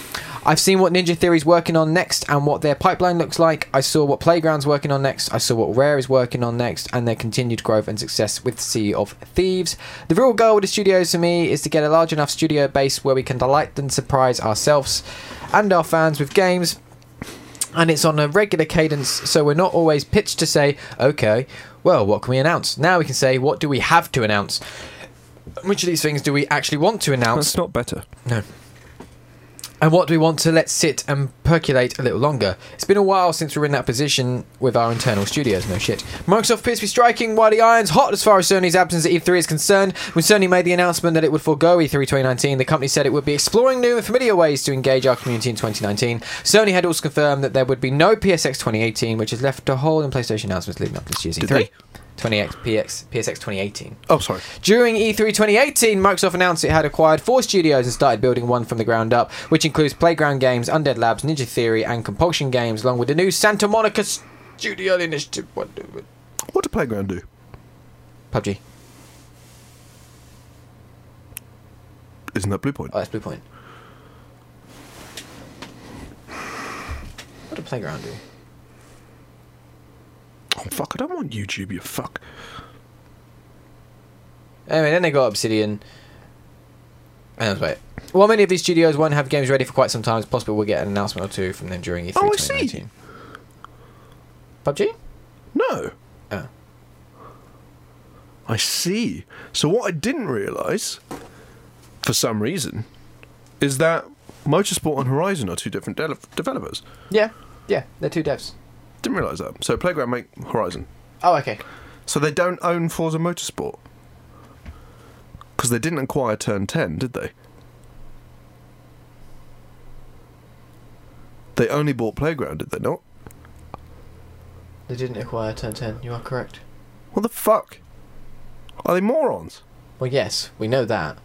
Speaker 1: I've seen what Ninja Theory's working on next and what their pipeline looks like. I saw what Playground's working on next. I saw what Rare is working on next and their continued growth and success with Sea of Thieves. The real goal with the studios for me is to get a large enough studio base where we can delight and surprise ourselves and our fans with games and it's on a regular cadence, so we're not always pitched to say, okay, well, what can we announce? Now we can say, what do we have to announce? Which of these things do we actually want to announce?
Speaker 2: not better.
Speaker 1: No. And what do we want to let sit and percolate a little longer? It's been a while since we were in that position with our internal studios, no shit. Microsoft appears to be striking while the iron's hot as far as Sony's absence at E3 is concerned. When Sony made the announcement that it would forego E E3 2019, the company said it would be exploring new and familiar ways to engage our community in 2019. Sony had also confirmed that there would be no PSX 2018, which has left a hole in PlayStation announcements leading up to this year's E
Speaker 2: Did
Speaker 1: E3.
Speaker 2: they?
Speaker 1: 20X, PX, PSX 2018.
Speaker 2: Oh, sorry.
Speaker 1: During E E3 2018, Microsoft announced it had acquired four studios and started building one from the ground up, which includes Playground Games, Undead Labs, Ninja Theory, and Compulsion Games, along with the new Santa Monica Studio Initiative. What, what-
Speaker 2: What did Playground do?
Speaker 1: PUBG.
Speaker 2: Isn't that Blue Point?
Speaker 1: Oh, that's Blue Point. What did Playground do?
Speaker 2: Oh, fuck, I don't want YouTube, you fuck.
Speaker 1: Anyway, then they got Obsidian. And that was about it. While many of these studios won't have games ready for quite some time, it's possible we'll get an announcement or two from them during E E3
Speaker 2: Oh, I see.
Speaker 1: 2019. PUBG?
Speaker 2: No.
Speaker 1: Oh.
Speaker 2: I see. So what I didn't realise, for some reason, is that Motorsport and Horizon are two different de- developers.
Speaker 1: Yeah, yeah, they're two devs.
Speaker 2: Didn't realise that. So Playground make Horizon.
Speaker 1: Oh, okay.
Speaker 2: So they don't own Forza Motorsport. Because they didn't acquire Turn 10, did they? They only bought Playground, did they not?
Speaker 1: They didn't acquire Turn 10. You are correct.
Speaker 2: What the fuck? Are they morons?
Speaker 1: Well, yes, we know that.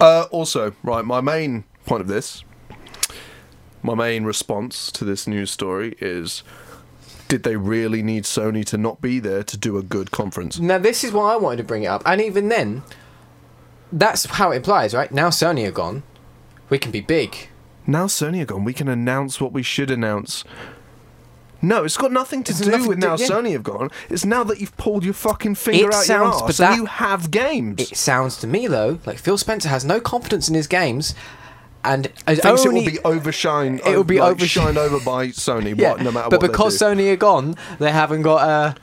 Speaker 2: Uh, also, right, my main point of this, my main response to this news story is did they really need Sony to not be there to do a good conference?
Speaker 1: Now, this is why I wanted to bring it up. And even then, that's how it implies, right? Now Sony are gone, we can be big.
Speaker 2: Now Sony are gone, we can announce what we should announce. No, it's got nothing to
Speaker 1: It's
Speaker 2: do
Speaker 1: nothing
Speaker 2: with
Speaker 1: to-
Speaker 2: now
Speaker 1: yeah.
Speaker 2: Sony have gone. It's now that you've pulled your fucking finger
Speaker 1: It
Speaker 2: out
Speaker 1: sounds-
Speaker 2: your
Speaker 1: but
Speaker 2: ass
Speaker 1: that-
Speaker 2: and you have games.
Speaker 1: It sounds to me, though, like Phil Spencer has no confidence in his games and it's
Speaker 2: Thinks
Speaker 1: only
Speaker 2: it will be overshine.
Speaker 1: it will be
Speaker 2: like,
Speaker 1: oversh-
Speaker 2: shined over by Sony.
Speaker 1: yeah,
Speaker 2: what, no matter
Speaker 1: but
Speaker 2: what. they
Speaker 1: because
Speaker 2: do.
Speaker 1: Sony are gone, they haven't got a.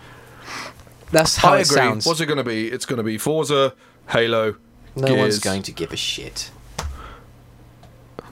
Speaker 1: That's how
Speaker 2: I
Speaker 1: it
Speaker 2: agree.
Speaker 1: sounds.
Speaker 2: What's it going to be? It's going to be Forza, Halo.
Speaker 1: no
Speaker 2: Gears.
Speaker 1: one's going to give a shit.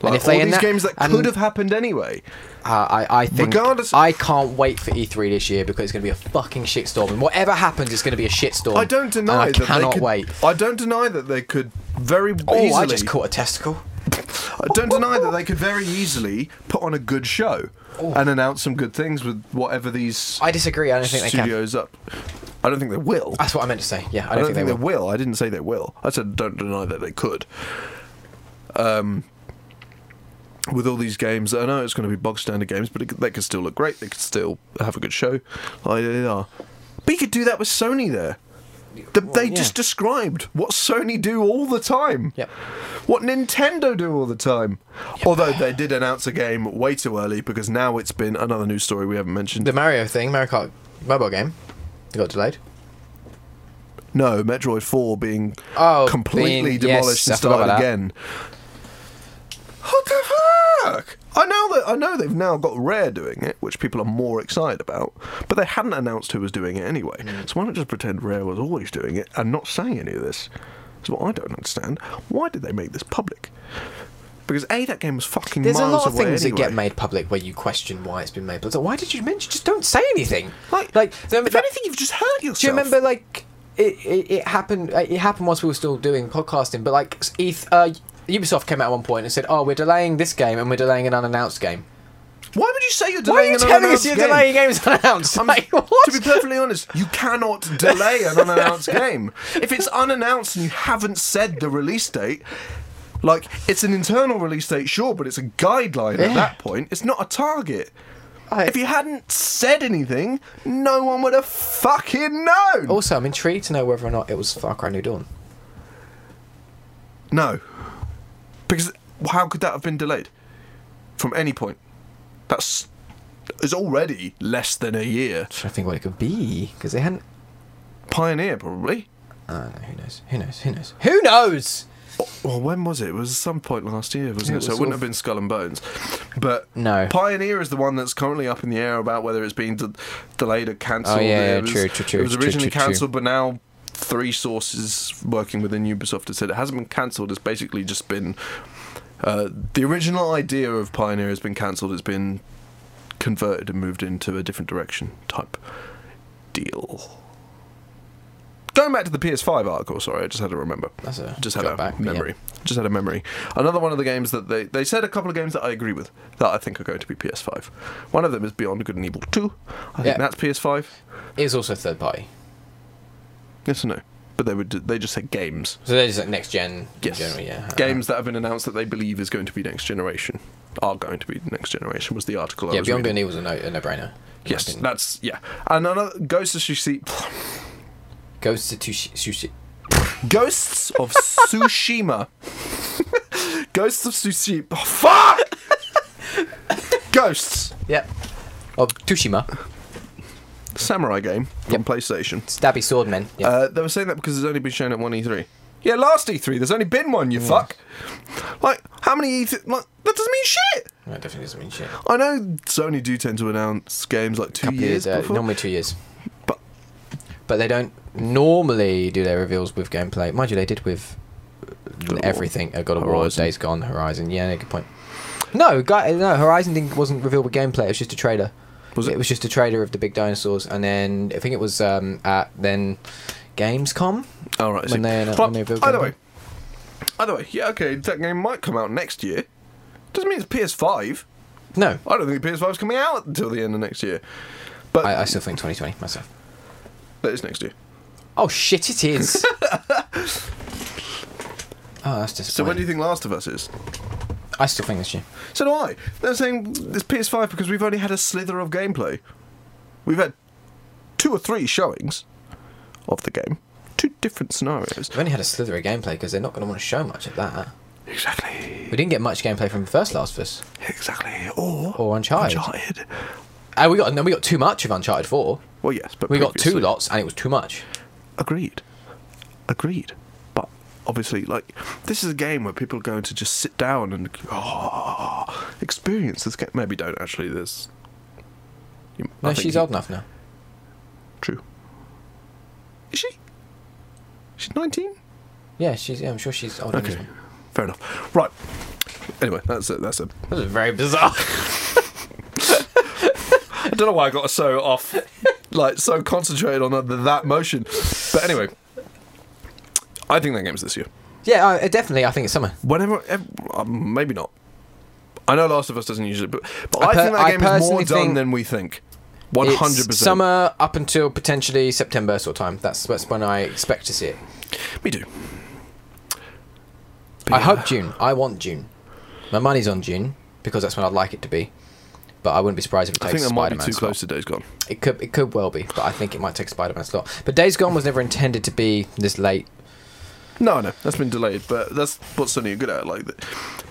Speaker 2: Like,
Speaker 1: if they
Speaker 2: all these
Speaker 1: anno-
Speaker 2: games that
Speaker 1: and-
Speaker 2: could have happened anyway.
Speaker 1: Uh, I, I think
Speaker 2: Regardless-
Speaker 1: I can't wait for E3 this year because it's going to be a fucking shitstorm, and whatever happens, it's going to be a shitstorm.
Speaker 2: I don't
Speaker 1: and
Speaker 2: deny
Speaker 1: I
Speaker 2: that
Speaker 1: cannot
Speaker 2: they could,
Speaker 1: wait.
Speaker 2: I don't deny that they could very
Speaker 1: Oh,
Speaker 2: easily.
Speaker 1: I just caught a testicle.
Speaker 2: I Uh, don't deny that they could very easily put on a good show and announce some good things with whatever these
Speaker 1: I disagree. I don't think they can.
Speaker 2: studios up. I don't think they will.
Speaker 1: That's what I meant to say. Yeah, I
Speaker 2: I
Speaker 1: don't,
Speaker 2: don't
Speaker 1: think they will.
Speaker 2: they will. I didn't say they will. I said don't deny that they could. Um, with all these games, I know it's going to be bog standard games, but it, could- they could still look great. They could still have a good show. Like they are. But you could do that with Sony there. The, they
Speaker 1: yeah.
Speaker 2: just described what Sony do all the time.
Speaker 1: Yep.
Speaker 2: What Nintendo do all the time. Although they did announce a game way too early because now it's been another news story we haven't mentioned.
Speaker 1: The Mario thing, Mario Kart mobile game, it got delayed.
Speaker 2: No, Metroid 4 being
Speaker 1: Oh,
Speaker 2: completely
Speaker 1: being- yes,
Speaker 2: demolished
Speaker 1: I
Speaker 2: and
Speaker 1: forgot
Speaker 2: started
Speaker 1: about that.
Speaker 2: again. What the fuck? I know that I know they've now got Rare doing it, which people are more excited about, but they hadn't announced who was doing it anyway.
Speaker 1: Mm.
Speaker 2: So why not just pretend Rare was always doing it and not saying any of this? That's what I don't understand. Why did they make this public? Because a that game was fucking
Speaker 1: There's a
Speaker 2: miles
Speaker 1: lot of
Speaker 2: away
Speaker 1: things
Speaker 2: anyway.
Speaker 1: that get made public where you question why it's been made public. So why did you mention? Just don't say anything.
Speaker 2: Like,
Speaker 1: like
Speaker 2: if anything, you've just hurt yourself.
Speaker 1: Do you remember like it, it, it happened? uh, It happened once we were still doing podcasting, but like ETH, uh, Ubisoft came out at one point and said, "Oh, we're delaying this game and we're delaying an unannounced game."
Speaker 2: Why would you say
Speaker 1: Why are
Speaker 2: you're delaying
Speaker 1: you
Speaker 2: an
Speaker 1: telling us
Speaker 2: unannounced
Speaker 1: you're
Speaker 2: game?
Speaker 1: delaying games unannounced?
Speaker 2: I'm-
Speaker 1: like, what?
Speaker 2: To be perfectly honest, you cannot delay an unannounced game. If it's unannounced and you haven't said the release date, like it's an internal release date, sure, but it's a guideline
Speaker 1: Yeah.
Speaker 2: at that point. It's not a target.
Speaker 1: I-
Speaker 2: if you hadn't said anything, no one would have fucking known.
Speaker 1: also, I'm intrigued to know whether or not it was Far Cry New Dawn.
Speaker 2: No, because how could that have been delayed from any point? That's is already less than a year.
Speaker 1: trying to think what it could be because they hadn't.
Speaker 2: Pioneer probably.
Speaker 1: Uh, no, who knows? Who knows? Who knows? Who knows?
Speaker 2: Well, when was it? It was some point last year, wasn't it?
Speaker 1: It
Speaker 2: so
Speaker 1: was
Speaker 2: it wouldn't
Speaker 1: sort
Speaker 2: have been Skull and Bones. But
Speaker 1: No.
Speaker 2: Pioneer is the one that's currently up in the air about whether it's been de- delayed or cancelled.
Speaker 1: Oh, yeah, yeah,
Speaker 2: it was,
Speaker 1: true, true, true,
Speaker 2: It was
Speaker 1: true,
Speaker 2: originally
Speaker 1: true, true.
Speaker 2: cancelled, but now three sources working within Ubisoft have said it hasn't been cancelled. It's basically just been uh, the original idea of Pioneer has been cancelled. It's been converted and moved into a different direction type deal. Going back to the PS5 article, sorry, I just had to remember.
Speaker 1: That's a
Speaker 2: just had
Speaker 1: drop
Speaker 2: a
Speaker 1: back, but yeah.
Speaker 2: memory. Just had a memory. Another one of the games that they they said a couple of games that I agree with that I think are going to be PS5. One of them is Beyond Good and Evil 2. I think
Speaker 1: Yeah.
Speaker 2: that's PS5.
Speaker 1: It was also third party,
Speaker 2: Yes or no? But they would they just said games.
Speaker 1: so they're just like next gen.
Speaker 2: Yes.
Speaker 1: Generally, yeah.
Speaker 2: Games that have been announced that they believe is going to be next generation are going to be next generation was the article I
Speaker 1: yeah,
Speaker 2: was
Speaker 1: Beyond
Speaker 2: reading.
Speaker 1: Good and Evil was a no, a no-brainer. in my
Speaker 2: Yes,
Speaker 1: opinion.
Speaker 2: that's yeah. And another Ghost of Tsushima,
Speaker 1: Ghost of Tush- Sushi.
Speaker 2: Ghosts of Tsushima, Ghosts of Tsushima. Oh, fuck! Ghosts,
Speaker 1: Yep. Of Tushima.
Speaker 2: samurai game from
Speaker 1: Yep.
Speaker 2: PlayStation.
Speaker 1: Stabby swordmen. Yeah.
Speaker 2: Uh, they were saying that because it's only been shown at one E3. Yeah, last E3. There's only been one. You fuck. Like how many E3? Like, that doesn't mean shit.
Speaker 1: that definitely doesn't mean shit.
Speaker 2: I know Sony do tend to announce games like two
Speaker 1: Couple
Speaker 2: years
Speaker 1: years, uh,
Speaker 2: before.
Speaker 1: normally two years.
Speaker 2: But-
Speaker 1: But they don't normally do their reveals with gameplay. Mind you, they did with
Speaker 2: of War.
Speaker 1: everything. Uh, God of War,
Speaker 2: Horizon.
Speaker 1: Days Gone, Horizon. Yeah, good point. No, guy, no, Horizon didn't, wasn't revealed with gameplay. It was just a trailer.
Speaker 2: Was it?
Speaker 1: was just a trailer of the big dinosaurs, and then I think it was um, at then Gamescom.
Speaker 2: All Oh, right.
Speaker 1: when
Speaker 2: I see.
Speaker 1: they annou-
Speaker 2: Well,
Speaker 1: when they revealed
Speaker 2: either
Speaker 1: gameplay.
Speaker 2: way, either way, yeah, okay, that game might come out next year. Doesn't mean it's PS5.
Speaker 1: No,
Speaker 2: I don't think PS5 is coming out until the end of next year. But
Speaker 1: I, I still think 2020 myself.
Speaker 2: that is next year.
Speaker 1: Oh shit! It is. oh, that's disappointing.
Speaker 2: So when do you think Last of Us is?
Speaker 1: I still think this year.
Speaker 2: So do I. They're saying it's PS5 because we've only had a slither of gameplay. We've had two or three showings of the game, two different scenarios.
Speaker 1: We've only had a slither of gameplay because they're not going to want to show much of that.
Speaker 2: Exactly.
Speaker 1: We didn't get much gameplay from the first Last of Us
Speaker 2: Exactly. Or,
Speaker 1: or Uncharted.
Speaker 2: Uncharted.
Speaker 1: And Uh, we got no, we got too much of Uncharted Four.
Speaker 2: Well, yes, but
Speaker 1: We got two
Speaker 2: previously-
Speaker 1: lots, and it was too much.
Speaker 2: Agreed. Agreed. But obviously like this is a game where people are going to just sit down and oh, experience this game. Maybe don't actually. There's I
Speaker 1: No,
Speaker 2: think
Speaker 1: she's
Speaker 2: you-
Speaker 1: old enough now.
Speaker 2: True. Is she? She's nineteen.
Speaker 1: Yeah, she's. Yeah, I'm sure she's old
Speaker 2: Okay,
Speaker 1: enough.
Speaker 2: fair enough. Right. Anyway, that's it. That's it.
Speaker 1: That was very bizarre.
Speaker 2: I don't know why I got so off, like so concentrated on that, that motion. But anyway, I think that game's this year.
Speaker 1: yeah, I, definitely. I think it's summer.
Speaker 2: Whenever, ev uh, maybe not. I know Last of Us doesn't usually, but, but
Speaker 1: I
Speaker 2: I,
Speaker 1: per-
Speaker 2: think that
Speaker 1: I
Speaker 2: game is more
Speaker 1: personally
Speaker 2: done
Speaker 1: think
Speaker 2: than we think. One
Speaker 1: It's
Speaker 2: hundred percent.
Speaker 1: Summer up until potentially September sort of time. That's that's when I expect to see it.
Speaker 2: Me too.
Speaker 1: I hope June. I want June. My money's on June because that's when I'd like it to be. But I wouldn't be surprised if it
Speaker 2: I
Speaker 1: takes
Speaker 2: think that might be
Speaker 1: Spider-Man
Speaker 2: too
Speaker 1: slot.
Speaker 2: close to Days Gone.
Speaker 1: It could it could well be, but I think it might take Spider-Man slot. But Days Gone was never intended to be this late.
Speaker 2: No, no, that's been delayed, but that's what Sony are good at. Like, th-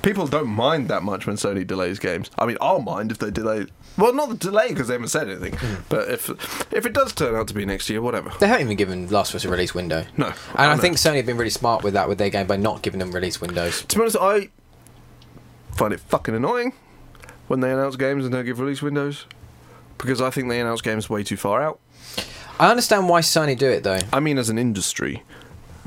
Speaker 2: people don't mind that much when Sony delays games. I mean, I'll mind if they delay. Well, not the delay because they haven't said anything,
Speaker 1: Mm.
Speaker 2: but if if it does turn out to be next year, whatever.
Speaker 1: They haven't even given Last of Us a release window.
Speaker 2: No,
Speaker 1: And
Speaker 2: I
Speaker 1: I,
Speaker 2: know.
Speaker 1: think Sony have been really smart with that with their game by not giving them release windows.
Speaker 2: To be honest, I find it fucking annoying when they announce games and don't give release windows because I think they announce games way too far out.
Speaker 1: I understand why Sony do it though.
Speaker 2: I mean, as an industry,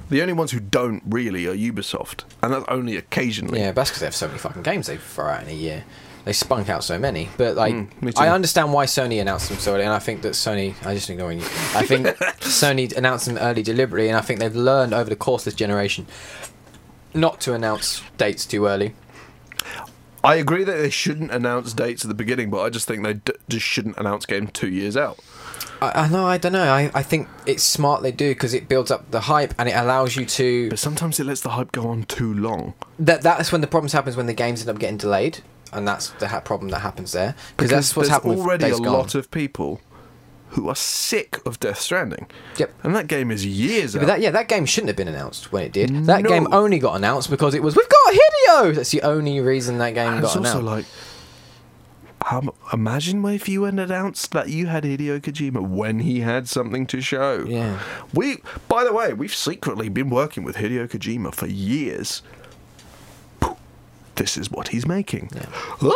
Speaker 2: the only ones who don't really are Ubisoft, and that's only occasionally.
Speaker 1: Yeah, but that's because they have so many fucking games they throw out in a year. They spunk out so many, but like
Speaker 2: Mm, me too.
Speaker 1: I understand why Sony announced them so early, and I think that Sony. I just ignoring you. I think Sony announced them early deliberately, and I think they've learned over the course of this generation not to announce dates too early.
Speaker 2: I agree that they shouldn't announce dates at the beginning, but I just think they d- just shouldn't announce game two years out.
Speaker 1: I, I know, I don't know. I, I think it's smart they do because it builds up the hype and it allows you to
Speaker 2: But sometimes it lets the hype go on too long.
Speaker 1: that that's when the problems happens when the games end up getting delayed, and that's the ha- problem that happens there because that's what's
Speaker 2: there's
Speaker 1: happened.
Speaker 2: already
Speaker 1: with
Speaker 2: a
Speaker 1: Days Gone.
Speaker 2: lot of people who are sick of Death Stranding.
Speaker 1: Yep.
Speaker 2: And that game is years
Speaker 1: But
Speaker 2: out.
Speaker 1: that yeah, that game shouldn't have been announced when it did. That
Speaker 2: No.
Speaker 1: game only got announced because it was we've got Hideo. That's the only reason that game
Speaker 2: And
Speaker 1: got
Speaker 2: it's also
Speaker 1: announced.
Speaker 2: like, um, imagine if you had announced that you had Hideo Kojima when he had something to show.
Speaker 1: Yeah.
Speaker 2: We, by the way, we've secretly been working with Hideo Kojima for years. This is what he's making. Ah!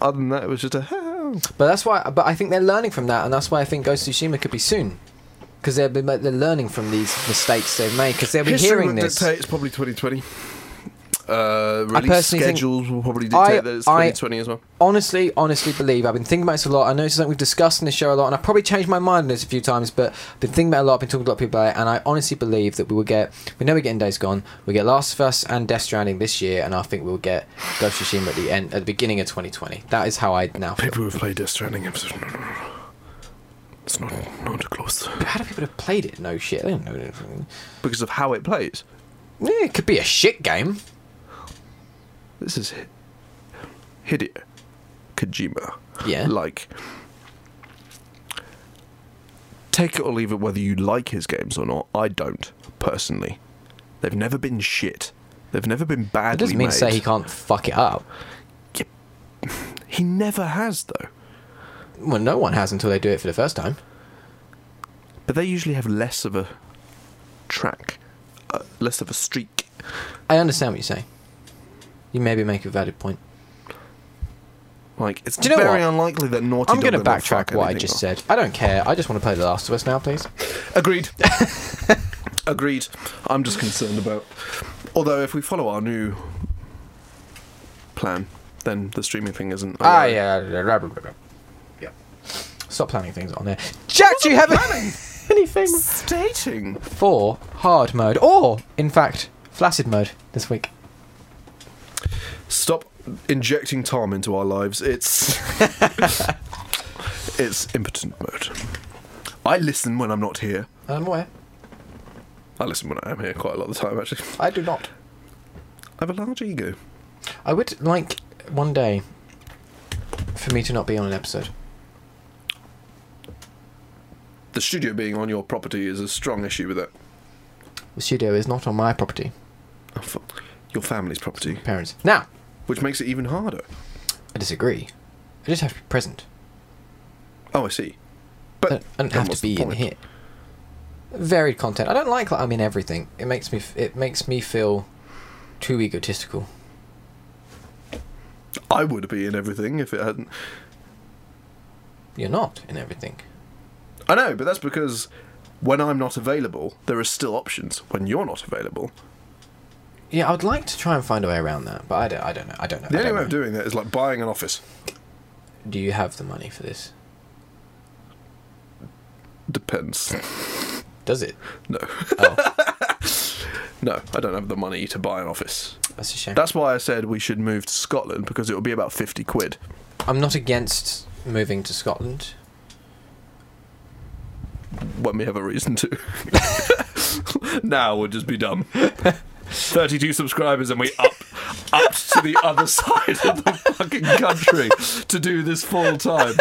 Speaker 2: Other than that, it was just a. "Oh."
Speaker 1: but that's why. But I think they're learning from that, and that's why I think Ghost of Tsushima could be soon because they've been they're learning from these mistakes they've made because they'll be
Speaker 2: History
Speaker 1: hearing
Speaker 2: would
Speaker 1: this.
Speaker 2: dictate it's probably 2020. Uh, release
Speaker 1: personally think-
Speaker 2: schedules will probably dictate
Speaker 1: I-
Speaker 2: that it's
Speaker 1: I-
Speaker 2: 2020 as well.
Speaker 1: honestly, honestly believe I've been thinking about this a lot. I know it's something we've discussed in the show a lot, and I've probably changed my mind on this a few times, but I've been thinking about it a lot, I've been talking to a lot of people about it, and I honestly believe that we will get we know we're getting Days Gone, we get Last of Us and Death Stranding this year, and I think we'll get Ghost of Tsushima at the end at the beginning of twenty twenty. That is how I now feel.
Speaker 2: People who've played Death Stranding episode. No, no, no, no. It's not, not close.
Speaker 1: How do people have played it? No shit. They don't know anything.
Speaker 2: Because of how it plays.
Speaker 1: Yeah, it could be a shit game.
Speaker 2: This is Hi- Hideo Kojima.
Speaker 1: Yeah.
Speaker 2: Like, take it or leave it whether you like his games or not. I don't, personally. They've never been shit. They've never been badly
Speaker 1: It doesn't mean
Speaker 2: made.
Speaker 1: to say he can't fuck it up.
Speaker 2: He never has, though.
Speaker 1: Well, no one has until they do it for the first time.
Speaker 2: But they usually have less of a track, uh, less of a streak.
Speaker 1: I understand what you're saying. You maybe make a valid point.
Speaker 2: Like, it's
Speaker 1: Do you know
Speaker 2: very
Speaker 1: what?
Speaker 2: unlikely that Naughty
Speaker 1: I'm
Speaker 2: going to
Speaker 1: backtrack what I just said. I don't care. I just want to play The Last of Us now, please.
Speaker 2: Agreed. Agreed. I'm just concerned about. Although, if we follow our new plan, then the streaming thing isn't.
Speaker 1: Ah, yeah. yeah, yeah, yeah. Yeah. Stop planning things on there. Jack, do you have a- anything
Speaker 2: Stating.
Speaker 1: for hard mode or, in fact, flaccid mode this week?
Speaker 2: Stop injecting Tom into our lives. It's. it's impotent mode. I listen when I'm not here.
Speaker 1: I'm aware.
Speaker 2: I listen when I am here quite a lot of the time, actually.
Speaker 1: I do not.
Speaker 2: I have a large ego.
Speaker 1: I would like one day for me to not be on an episode.
Speaker 2: The studio being on your property is a strong issue with that.
Speaker 1: The studio is not on my property,
Speaker 2: Oh, fuck. Your family's property,
Speaker 1: parents. Now,
Speaker 2: which makes it even harder.
Speaker 1: I disagree. I just have to be present.
Speaker 2: Oh, I see.
Speaker 1: I
Speaker 2: But
Speaker 1: don't, I don't
Speaker 2: then
Speaker 1: have
Speaker 2: what's
Speaker 1: to
Speaker 2: the
Speaker 1: be in
Speaker 2: point?
Speaker 1: here. varied content. I don't like that I'm in everything. It makes me f- it makes me feel too egotistical.
Speaker 2: I would be in everything if it hadn't.
Speaker 1: You're not in everything.
Speaker 2: I know, but that's because when I'm not available, there are still options. When you're not available,
Speaker 1: Yeah, I'd like to try and find a way around that, but I don't. I don't know. I don't know.
Speaker 2: the
Speaker 1: I
Speaker 2: only
Speaker 1: don't
Speaker 2: way of
Speaker 1: know.
Speaker 2: doing that is like buying an office.
Speaker 1: Do you have the money for this?
Speaker 2: Depends.
Speaker 1: Does it?
Speaker 2: No,
Speaker 1: Oh,
Speaker 2: no, I don't have the money to buy an office.
Speaker 1: that's a shame.
Speaker 2: That's why I said we should move to Scotland because it would be about fifty quid.
Speaker 1: I'm not against moving to Scotland.
Speaker 2: when we have a reason to. now we'll just be dumb. 32 subscribers and we up up to the other side of the fucking country to do this full time.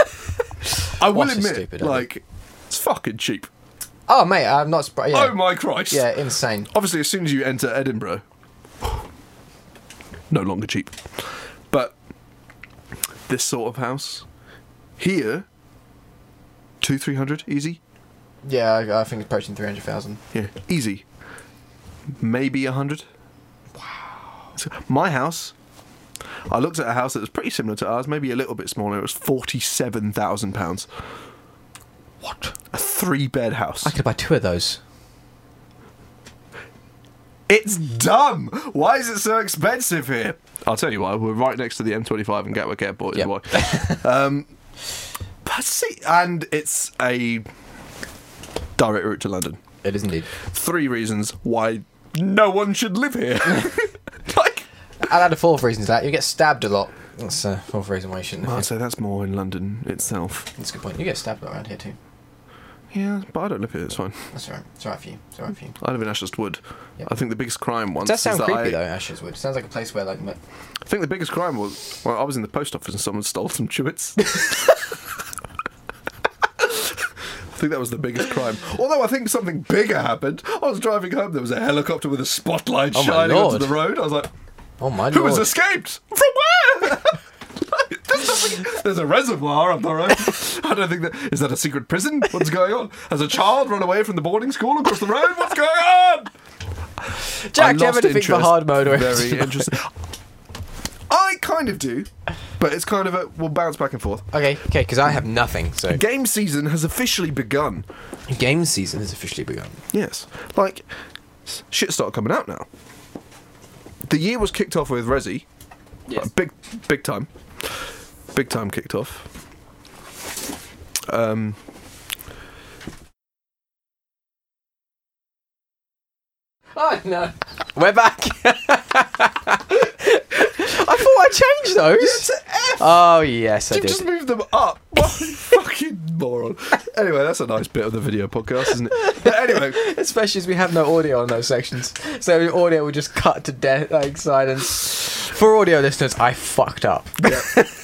Speaker 2: I will
Speaker 1: What a
Speaker 2: admit,
Speaker 1: stupid idea.
Speaker 2: like, it's fucking cheap.
Speaker 1: Oh, mate, I'm not. Surprised. Yeah,
Speaker 2: Oh my Christ!
Speaker 1: yeah, insane.
Speaker 2: Obviously, as soon as you enter Edinburgh, no longer cheap. But this sort of house here, two three hundred easy.
Speaker 1: Yeah, I, I think it's approaching three hundred thousand.
Speaker 2: Yeah, easy. Maybe a hundred. Wow. my house. I looked at a house that was pretty similar to ours, maybe a little bit smaller. It was forty-seven thousand pounds. What? A three-bed house.
Speaker 1: I could buy two of those.
Speaker 2: It's dumb. Why is it so expensive here? I'll tell you why. We're right next to the M25 and Gatwick Airport. is
Speaker 1: Yep.
Speaker 2: Why? um, but see, and it's a direct route to London.
Speaker 1: It is indeed.
Speaker 2: Three reasons why no one should live here. like.
Speaker 1: I'll add a fourth reason to that. You get stabbed a lot. That's a fourth reason why you shouldn't.
Speaker 2: I'd
Speaker 1: Have
Speaker 2: say that's more in London itself.
Speaker 1: That's a good point. You get stabbed a lot around here too.
Speaker 2: Yeah, but I don't live here. It's fine.
Speaker 1: That's alright. It's alright for you. It's alright for you.
Speaker 2: I live in Ashurst Wood.
Speaker 1: Yep.
Speaker 2: I think the biggest crime once.
Speaker 1: It does sound
Speaker 2: is that
Speaker 1: creepy
Speaker 2: I,
Speaker 1: though, Ashes Wood. Sounds like a place where like m-
Speaker 2: I think the biggest crime was well, I was in the post office and someone stole some chewits. I think that was the biggest crime. Although I think something bigger happened. I was driving home. There was a helicopter with a spotlight
Speaker 1: Oh my
Speaker 2: shining onto
Speaker 1: lord.
Speaker 2: the road. I was like,
Speaker 1: oh my
Speaker 2: "Who
Speaker 1: lord.
Speaker 2: has escaped? From where?" There's, nothing- there's a reservoir up the road. I don't think that is that a secret prison. What's going on? Has a child run away from the boarding school across the road? What's going on? I
Speaker 1: Jack, do you have
Speaker 2: lost
Speaker 1: anything for
Speaker 2: interest.
Speaker 1: hard mode? Or
Speaker 2: Very interesting. I kind of do, but it's kind of a we'll bounce back and forth.
Speaker 1: Okay, okay, because I have nothing. So
Speaker 2: Game season has officially begun.
Speaker 1: game season has officially begun.
Speaker 2: Yes, like s- shit started coming out now. The year was kicked off with Resi,
Speaker 1: Yes.
Speaker 2: Like, big big time, big time kicked off. Um,
Speaker 1: Oh no, we're back. I thought I changed those. Oh yes, I
Speaker 2: you
Speaker 1: did.
Speaker 2: just moved them up. What you fucking moron. Anyway, that's a nice bit of the video podcast, isn't it? But anyway,
Speaker 1: Especially as we have no audio on those sections, so audio will just cut to death, like silence. For audio listeners, I fucked up.
Speaker 2: Yeah.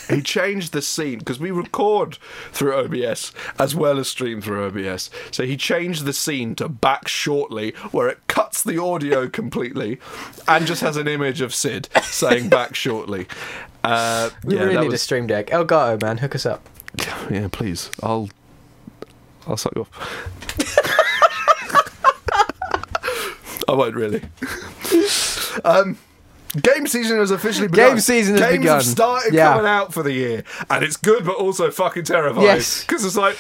Speaker 2: he changed the scene because we record through OBS as well as stream through OBS. So he changed the scene to back shortly, where it cuts the audio completely and just has an image of Sid saying back shortly. Uh,
Speaker 1: We
Speaker 2: yeah,
Speaker 1: really
Speaker 2: that
Speaker 1: need a
Speaker 2: was,
Speaker 1: stream deck. Elgato, man, hook us up.
Speaker 2: yeah, please. I'll I'll suck you off. I won't really. um, game season has officially begun.
Speaker 1: Game season has
Speaker 2: Games
Speaker 1: begun.
Speaker 2: have started
Speaker 1: Yeah.
Speaker 2: coming out for the year, and it's good, but also fucking terrifying.
Speaker 1: Yes.
Speaker 2: because it's like.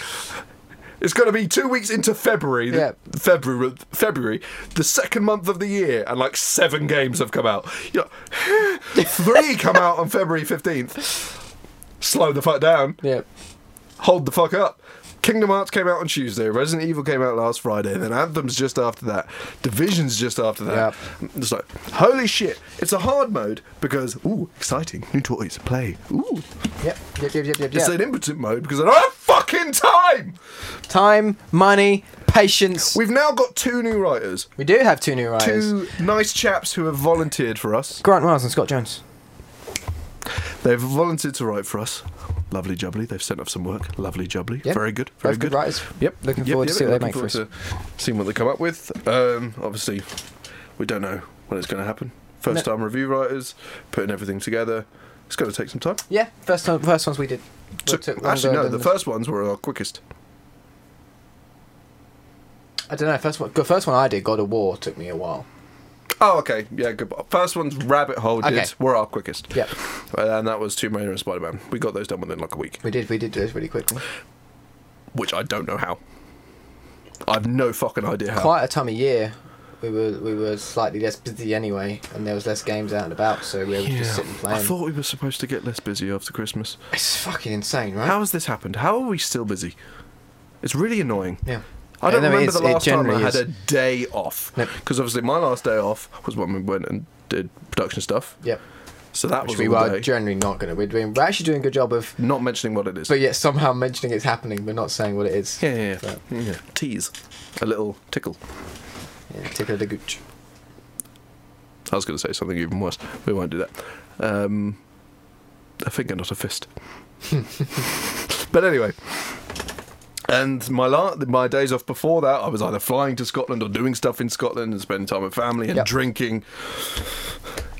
Speaker 2: It's going to be two weeks into February, the-
Speaker 1: Yeah.
Speaker 2: February, February, the second month of the year, and like seven games have come out. You're like, three come out on February fifteenth. Slow the fuck down
Speaker 1: Yeah.
Speaker 2: hold the fuck up. Kingdom Hearts came out on Tuesday. Resident Evil came out last Friday. Then Anthem's just after that. Division's just after that. It's like, holy shit! It's a hard mode because ooh, exciting, new toys, play. Ooh,
Speaker 1: Yep. Yep. Yep. Yep. Yep.
Speaker 2: it's
Speaker 1: yep.
Speaker 2: an impotent mode because I don't have fucking time.
Speaker 1: Time, money, patience. We,
Speaker 2: We've now got two new writers,
Speaker 1: do have two new writers.
Speaker 2: two nice chaps who have volunteered for us.
Speaker 1: Grant Miles and Scott Jones.
Speaker 2: They've volunteered to write for us. Lovely jubbly. They've sent off some work. Lovely jubbly.
Speaker 1: Yeah.
Speaker 2: Very good. Very
Speaker 1: Both good writers.
Speaker 2: Yep.
Speaker 1: Looking
Speaker 2: Yep,
Speaker 1: forward
Speaker 2: yep,
Speaker 1: to see what they
Speaker 2: looking
Speaker 1: make for us.
Speaker 2: forward to Seeing what they come up with. Um, obviously, we don't know when it's going to happen. First time review writers putting everything together. It's going to take some time.
Speaker 1: Yeah, first time, first ones we did.
Speaker 2: Took- actually, no. The first ones were our quickest.
Speaker 1: I don't know. First one, the first one I did, God of War, took me a while.
Speaker 2: Oh, okay. Yeah, good. First one's Rabbit Hole. Did.
Speaker 1: Okay.
Speaker 2: We're our quickest. Uh,
Speaker 1: Yep.
Speaker 2: And that was Tomb Raider and Spider Man. We got those done within like a week,
Speaker 1: We did. We did do this really quickly.
Speaker 2: which I don't know how. I've no fucking idea how.
Speaker 1: Quite a time of year. We were we were slightly less busy anyway, and there was less games out and about, so we were
Speaker 2: Yeah.
Speaker 1: just sitting
Speaker 2: I
Speaker 1: playing.
Speaker 2: thought we were supposed to get less busy after Christmas.
Speaker 1: It's fucking insane, right?
Speaker 2: How has this happened? How are we still busy? It's really annoying.
Speaker 1: yeah.
Speaker 2: I don't
Speaker 1: Yeah, no, it
Speaker 2: remember
Speaker 1: is-
Speaker 2: the
Speaker 1: it
Speaker 2: last time I
Speaker 1: generally
Speaker 2: had
Speaker 1: is.
Speaker 2: a day off.
Speaker 1: Nope.
Speaker 2: Because obviously my last day off was when we went and did production stuff.
Speaker 1: Yep.
Speaker 2: So that
Speaker 1: Which
Speaker 2: was
Speaker 1: we
Speaker 2: all
Speaker 1: were
Speaker 2: day.
Speaker 1: generally not going to. We're doing. We're actually doing a good job of,
Speaker 2: Not mentioning what it is.
Speaker 1: but yet somehow mentioning it's happening, but not saying what it is.
Speaker 2: yeah, yeah, yeah.
Speaker 1: But,
Speaker 2: yeah. Tease. A little tickle.
Speaker 1: yeah, tickle the gooch.
Speaker 2: I was going to say something even worse. We won't do that. Um, a finger, not a fist. but anyway. And my la- my days off before that, I was either flying to Scotland or doing stuff in Scotland and spending time with family and
Speaker 1: Yep.
Speaker 2: drinking,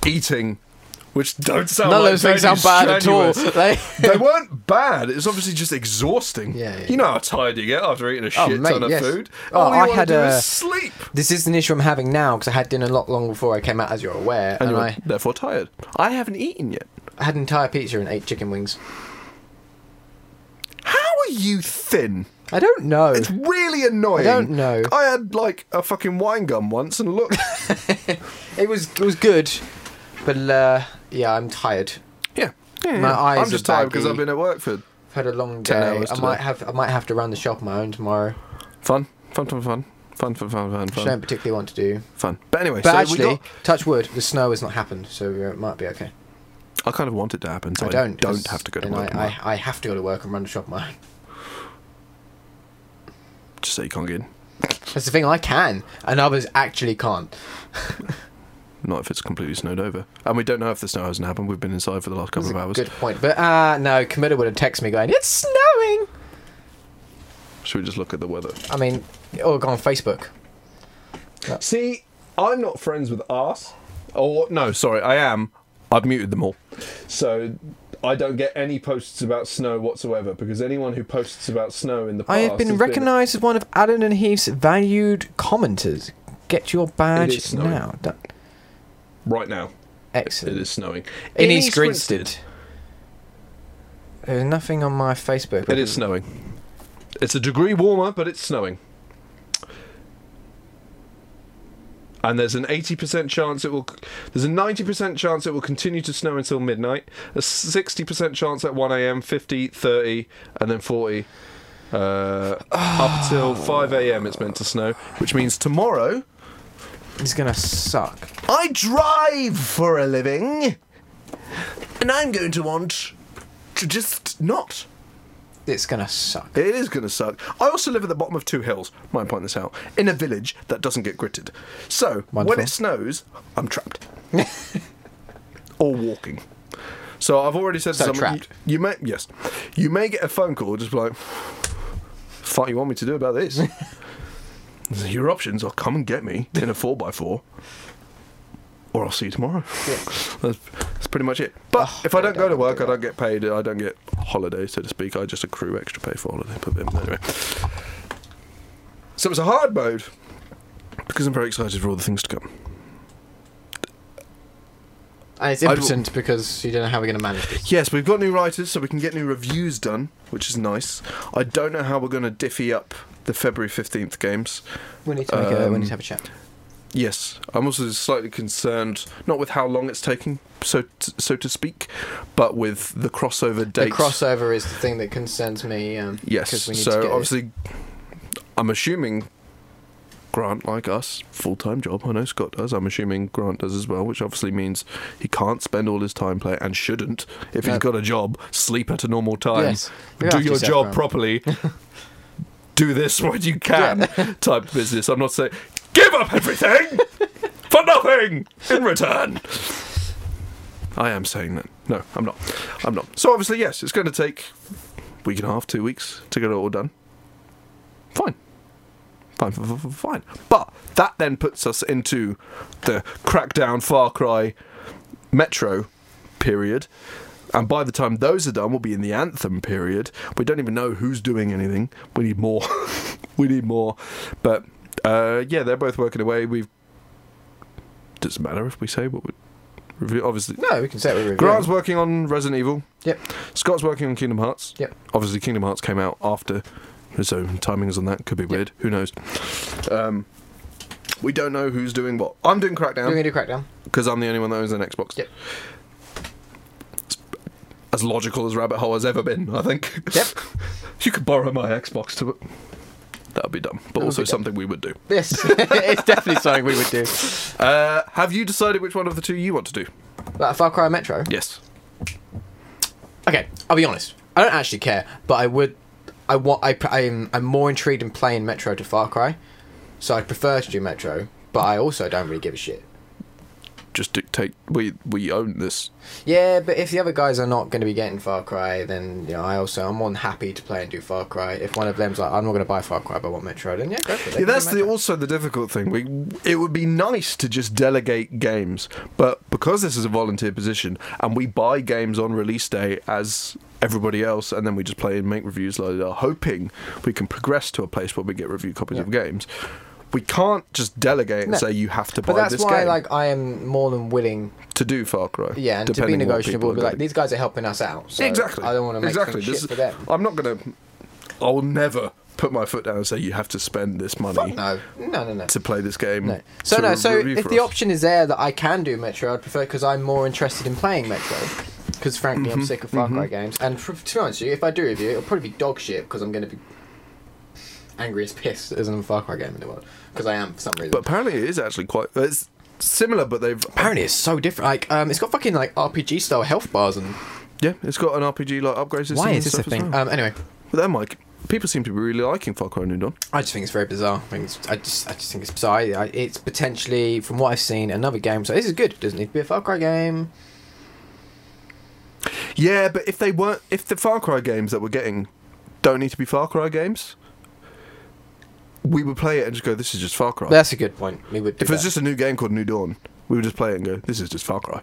Speaker 2: eating, which don't sound
Speaker 1: None of
Speaker 2: like
Speaker 1: those things
Speaker 2: very
Speaker 1: sound bad at all.
Speaker 2: strenuous.
Speaker 1: They-
Speaker 2: they weren't bad. It's obviously just exhausting.
Speaker 1: Yeah, yeah,
Speaker 2: you know how tired you get after eating a
Speaker 1: Oh,
Speaker 2: shit
Speaker 1: mate,
Speaker 2: ton of
Speaker 1: yes.
Speaker 2: food.
Speaker 1: Oh,
Speaker 2: All you
Speaker 1: I
Speaker 2: want
Speaker 1: had
Speaker 2: to do
Speaker 1: a-
Speaker 2: is sleep.
Speaker 1: This is an issue I'm having now because I had dinner a lot long before I came out, as you're aware, and,
Speaker 2: and you're
Speaker 1: I
Speaker 2: therefore tired. I haven't eaten yet.
Speaker 1: had an entire pizza and ate chicken wings.
Speaker 2: How are you thin?
Speaker 1: I don't know.
Speaker 2: It's really annoying.
Speaker 1: I don't know.
Speaker 2: I had like a fucking wine gum once, and look.
Speaker 1: It was it was good, but uh, yeah, I'm tired.
Speaker 2: yeah. yeah,
Speaker 1: My
Speaker 2: yeah.
Speaker 1: eyes
Speaker 2: I'm
Speaker 1: are
Speaker 2: just tired because
Speaker 1: baggy.
Speaker 2: I've been at work for
Speaker 1: I've had a long
Speaker 2: 10
Speaker 1: day.
Speaker 2: hours
Speaker 1: I
Speaker 2: today.
Speaker 1: might have I might have to run the shop on my own tomorrow,
Speaker 2: fun, fun, fun, fun, fun, fun, fun, fun,
Speaker 1: which I
Speaker 2: fun.
Speaker 1: don't particularly want to do.
Speaker 2: fun. But anyway,
Speaker 1: But
Speaker 2: so
Speaker 1: actually,
Speaker 2: we got,
Speaker 1: touch wood, the snow has not happened, so uh, it might be okay.
Speaker 2: I kind of want it to happen, so
Speaker 1: I don't 'cause
Speaker 2: don't have to go to
Speaker 1: then
Speaker 2: work.
Speaker 1: I,
Speaker 2: tomorrow.
Speaker 1: I, I have to go to work and run the shop on my own.
Speaker 2: Just so you can't get in.
Speaker 1: That's the thing. I can, and others actually can't.
Speaker 2: Not if it's completely snowed over, and we don't know if the snow hasn't happened. We've been inside for the last couple
Speaker 1: That's
Speaker 2: of
Speaker 1: a
Speaker 2: hours.
Speaker 1: good point. But uh no, Committer would have texted me going, "It's snowing."
Speaker 2: Should we just look at the weather?
Speaker 1: I mean, or go on Facebook.
Speaker 2: See, I'm not friends with arse. Or no, sorry, I am. I've muted them all. So I don't get any posts about snow whatsoever because anyone who posts about snow in the past
Speaker 1: I have been
Speaker 2: has
Speaker 1: recognised as one of Adam and Heath's valued commenters. Get your
Speaker 2: It is
Speaker 1: badge
Speaker 2: snowing.
Speaker 1: now. Done.
Speaker 2: right now. It
Speaker 1: Excellent.
Speaker 2: is snowing
Speaker 1: In, East Grinstead. There's nothing on my Facebook.
Speaker 2: It is snowing. It's a degree warmer, but it's snowing. And there's an 80% chance it will. There's a 90% chance it will continue to snow until midnight. A 60% chance at 1 a.m., 50, 30, and then 40. Uh, Up till 5 a.m. it's meant to snow, which means tomorrow
Speaker 1: It's gonna suck.
Speaker 2: I drive for a living, and I'm going to want to just not.
Speaker 1: It's gonna suck.
Speaker 2: It is going to suck. I also live at the bottom of two hills, mind point this out, in a village that doesn't get gritted. So when
Speaker 1: Wonderful.
Speaker 2: it snows, I'm trapped. or walking. So I've already said
Speaker 1: So
Speaker 2: to someone,
Speaker 1: trapped.
Speaker 2: You, you may yes, you may get a phone call just be like, "Fuck, you want me to do about this?" Your options are come and get me in a four x four, or I'll see you tomorrow. That's, that's pretty much it. But
Speaker 1: Oh,
Speaker 2: if I
Speaker 1: no,
Speaker 2: don't go to
Speaker 1: don't
Speaker 2: work,
Speaker 1: do
Speaker 2: I don't get paid. I don't get holiday, so to speak. I just accrue extra pay for holiday. But then- anyway, so it's a hard mode because I'm very excited for all the things to come.
Speaker 1: And it's
Speaker 2: I'd-
Speaker 1: impotent because you don't know how we're gonna manage this.
Speaker 2: Yes, we've got new writers, so we can get new reviews done, which is nice. I don't know how we're going to diffy up the February 15th games.
Speaker 1: We need to make a, we
Speaker 2: Um,
Speaker 1: need to have a chat.
Speaker 2: Yes, I'm also slightly concerned, not with how long it's taking, so t- so to speak, but with the crossover
Speaker 1: The
Speaker 2: date.
Speaker 1: crossover is the thing that concerns me. Um,
Speaker 2: Yes,
Speaker 1: because we need to
Speaker 2: so
Speaker 1: get it.
Speaker 2: obviously, I'm assuming Grant, like us, full time job. I know Scott does. I'm assuming Grant does as well, which obviously means he can't spend all his time playing and shouldn't. If
Speaker 1: No.
Speaker 2: he's got a job, sleep at a normal time,
Speaker 1: Yes. We
Speaker 2: do
Speaker 1: have to
Speaker 2: your
Speaker 1: set
Speaker 2: job
Speaker 1: around.
Speaker 2: properly, do this when you can type business. I'm not saying give up everything for nothing in return. I am saying that. No, I'm not. I'm not. So obviously, yes, it's going to take week and a half, two weeks to get it all done. Fine. Fine, fine, fine, fine, fine. But that then puts us into the Crackdown, Far Cry, Metro period. And by the time those are done, we'll be in the Anthem period. We don't even know who's doing anything. We need more. we need more. But Uh, yeah, they're both working away. We've doesn't matter if we say what we review. Obviously,
Speaker 1: No, we can say we're
Speaker 2: Grant's working on Resident Evil.
Speaker 1: Yep.
Speaker 2: Scott's working on Kingdom Hearts.
Speaker 1: Yep.
Speaker 2: Obviously, Kingdom Hearts came out after, so timings on that could be weird. Who knows? Um, we don't know who's doing what. I'm doing
Speaker 1: We're
Speaker 2: Crackdown
Speaker 1: going to do Crackdown.
Speaker 2: because I'm the only one that owns an Xbox.
Speaker 1: Yep.
Speaker 2: As logical as rabbit hole has ever been, I think.
Speaker 1: Yep.
Speaker 2: you could borrow my Xbox to. That would be dumb, but
Speaker 1: would
Speaker 2: also
Speaker 1: be dumb.
Speaker 2: something we would do.
Speaker 1: Yes, it's definitely something we would do.
Speaker 2: Uh, have you decided which one of the two you want to do?
Speaker 1: Like Far Cry Metro.
Speaker 2: Yes.
Speaker 1: Okay, I'll be honest. I don't actually care, but I would. I want. I, I'm. I'm more intrigued in playing Metro to Far Cry, so I prefer to do Metro. But I also don't really give a shit.
Speaker 2: Just dictate. We we own this.
Speaker 1: Yeah, but if the other guys are not going to be getting Far Cry, then you know, I also I'm more than happy to play and do Far Cry. If one of them's like, I'm not going to buy Far Cry, but I want Metro, then yeah, go for it.
Speaker 2: Yeah, that's
Speaker 1: Metro.
Speaker 2: the, also the difficult thing. We it would be nice to just delegate games, but because this is a volunteer position and we buy games on release day as everybody else, and then we just play and make reviews, like that, hoping we can progress to a place where we get review copies of games. We can't just delegate and
Speaker 1: No.
Speaker 2: say you have to buy
Speaker 1: But that's
Speaker 2: this
Speaker 1: why,
Speaker 2: game
Speaker 1: like, I am more than willing,
Speaker 2: to do Far Cry.
Speaker 1: yeah, and to be
Speaker 2: depending what
Speaker 1: negotiable.
Speaker 2: people are
Speaker 1: Be like,
Speaker 2: gonna-
Speaker 1: these guys are helping us out. So
Speaker 2: exactly.
Speaker 1: I don't want to make
Speaker 2: exactly.
Speaker 1: things
Speaker 2: This
Speaker 1: shit for
Speaker 2: is-
Speaker 1: them.
Speaker 2: I'm not gonna. I will never put my foot down and say you have to spend this money
Speaker 1: No, no, no, no.
Speaker 2: to play this game.
Speaker 1: No. So
Speaker 2: to
Speaker 1: no.
Speaker 2: re-
Speaker 1: So
Speaker 2: review
Speaker 1: if
Speaker 2: for
Speaker 1: the
Speaker 2: us.
Speaker 1: option is there that I can do Metro, I'd prefer because I'm more interested in playing Metro. Because frankly,
Speaker 2: Mm-hmm.
Speaker 1: I'm sick of Far Cry games. And for, to be honest with you, if I do review, it, it'll probably be dog shit because I'm going to be angry as piss as a Far Cry game in the world. Because I am for some reason.
Speaker 2: But apparently, it is actually quite. It's similar, but they've
Speaker 1: apparently, it's so different. Like, um, it's got fucking like RPG style health bars and
Speaker 2: yeah, it's got an RPG like upgrade system.
Speaker 1: why
Speaker 2: and
Speaker 1: is this a
Speaker 2: stuff as
Speaker 1: thing?
Speaker 2: Well.
Speaker 1: Um, anyway,
Speaker 2: but then, Mike, people seem to be really liking Far Cry New Dawn.
Speaker 1: I just think it's very bizarre. I, think it's, I just, I just think it's bizarre. I, I, it's potentially, from what I've seen, another game. So this is good. It doesn't need to be a Far Cry game.
Speaker 2: Yeah, but if they weren't, if the Far Cry games that we're getting don't need to be Far Cry games, we would play it and just go, "This is just Far Cry."
Speaker 1: That's a good point. We would. Do
Speaker 2: if it's
Speaker 1: that.
Speaker 2: just a new game called New Dawn, we would just play it and go, "This is just Far Cry."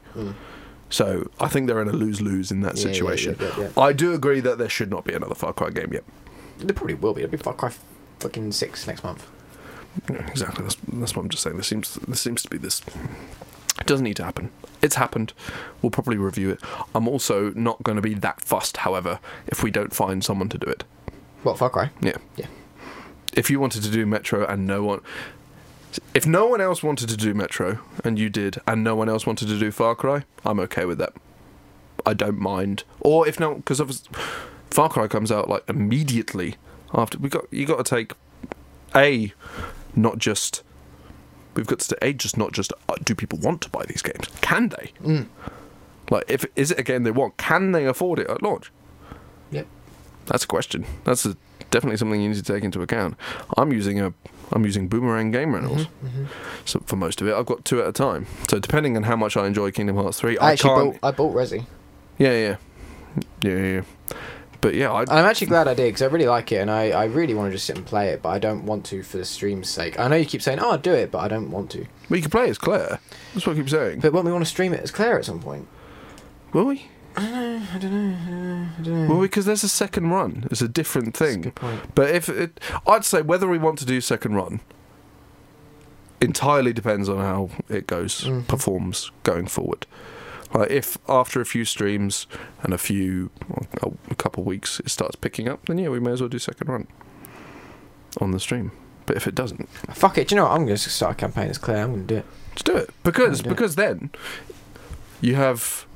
Speaker 2: So I think they're in a lose-lose in that
Speaker 1: Mm. Yeah, yeah, yeah,
Speaker 2: situation.
Speaker 1: yeah,
Speaker 2: I do agree that there should not be another Far Cry game yet.
Speaker 1: There probably will be. It'll be Far Cry fucking six next month.
Speaker 2: Yeah, exactly. That's that's what I'm just saying. There seems there seems to be this. It doesn't need to happen. It's happened. We'll probably review it. I'm also not going to be that fussed, however, if we don't find someone to do it.
Speaker 1: What Far Cry?
Speaker 2: Yeah.
Speaker 1: Yeah.
Speaker 2: If you wanted to do Metro and no one, if no one else wanted to do Metro and you did, and no one else wanted to do Far Cry, I'm okay with that. I don't mind. Or if no, because Far Cry comes out like immediately after we got you got to take a not just we've got to a just not just uh, do people want to buy these games? Can they?
Speaker 1: Mm.
Speaker 2: Like, if is it a game they want? Can they afford it at launch?
Speaker 1: Yep.
Speaker 2: That's a question. That's a, definitely something you need to take into account. I'm using a I'm using Boomerang game rentals
Speaker 1: Mm-hmm,
Speaker 2: so for most of it. I've got two at a time. So depending on how much I enjoy Kingdom Hearts three,
Speaker 1: I,
Speaker 2: I,
Speaker 1: actually
Speaker 2: can't.
Speaker 1: bought. I bought Resi.
Speaker 2: Yeah, yeah, yeah, yeah. yeah. But yeah, I,
Speaker 1: And I'm actually glad I did because I really like it, and I, I really want to just sit and play it, but I don't want to for the stream's sake. I know you keep saying, "Oh, do it," but I don't want to.
Speaker 2: well, you can play as Claire. That's what I keep saying.
Speaker 1: But won't we want to stream it as Claire at some point?
Speaker 2: Will we?
Speaker 1: I don't know. I don't know. I don't know.
Speaker 2: Well, because there's a second run. It's a different thing.
Speaker 1: Mm. good point.
Speaker 2: But if it, I'd say whether we want to do second run entirely depends on how it goes, performs going forward. Like if after a few streams and a few, a, a couple weeks, it starts picking up, then yeah, we may as well do second run on the stream. But if it doesn't,
Speaker 1: Fuck it. Do you know what? I'm going to start a campaign as Claire. I'm going to do it.
Speaker 2: Let's do it because
Speaker 1: Yeah, do it.
Speaker 2: because then you have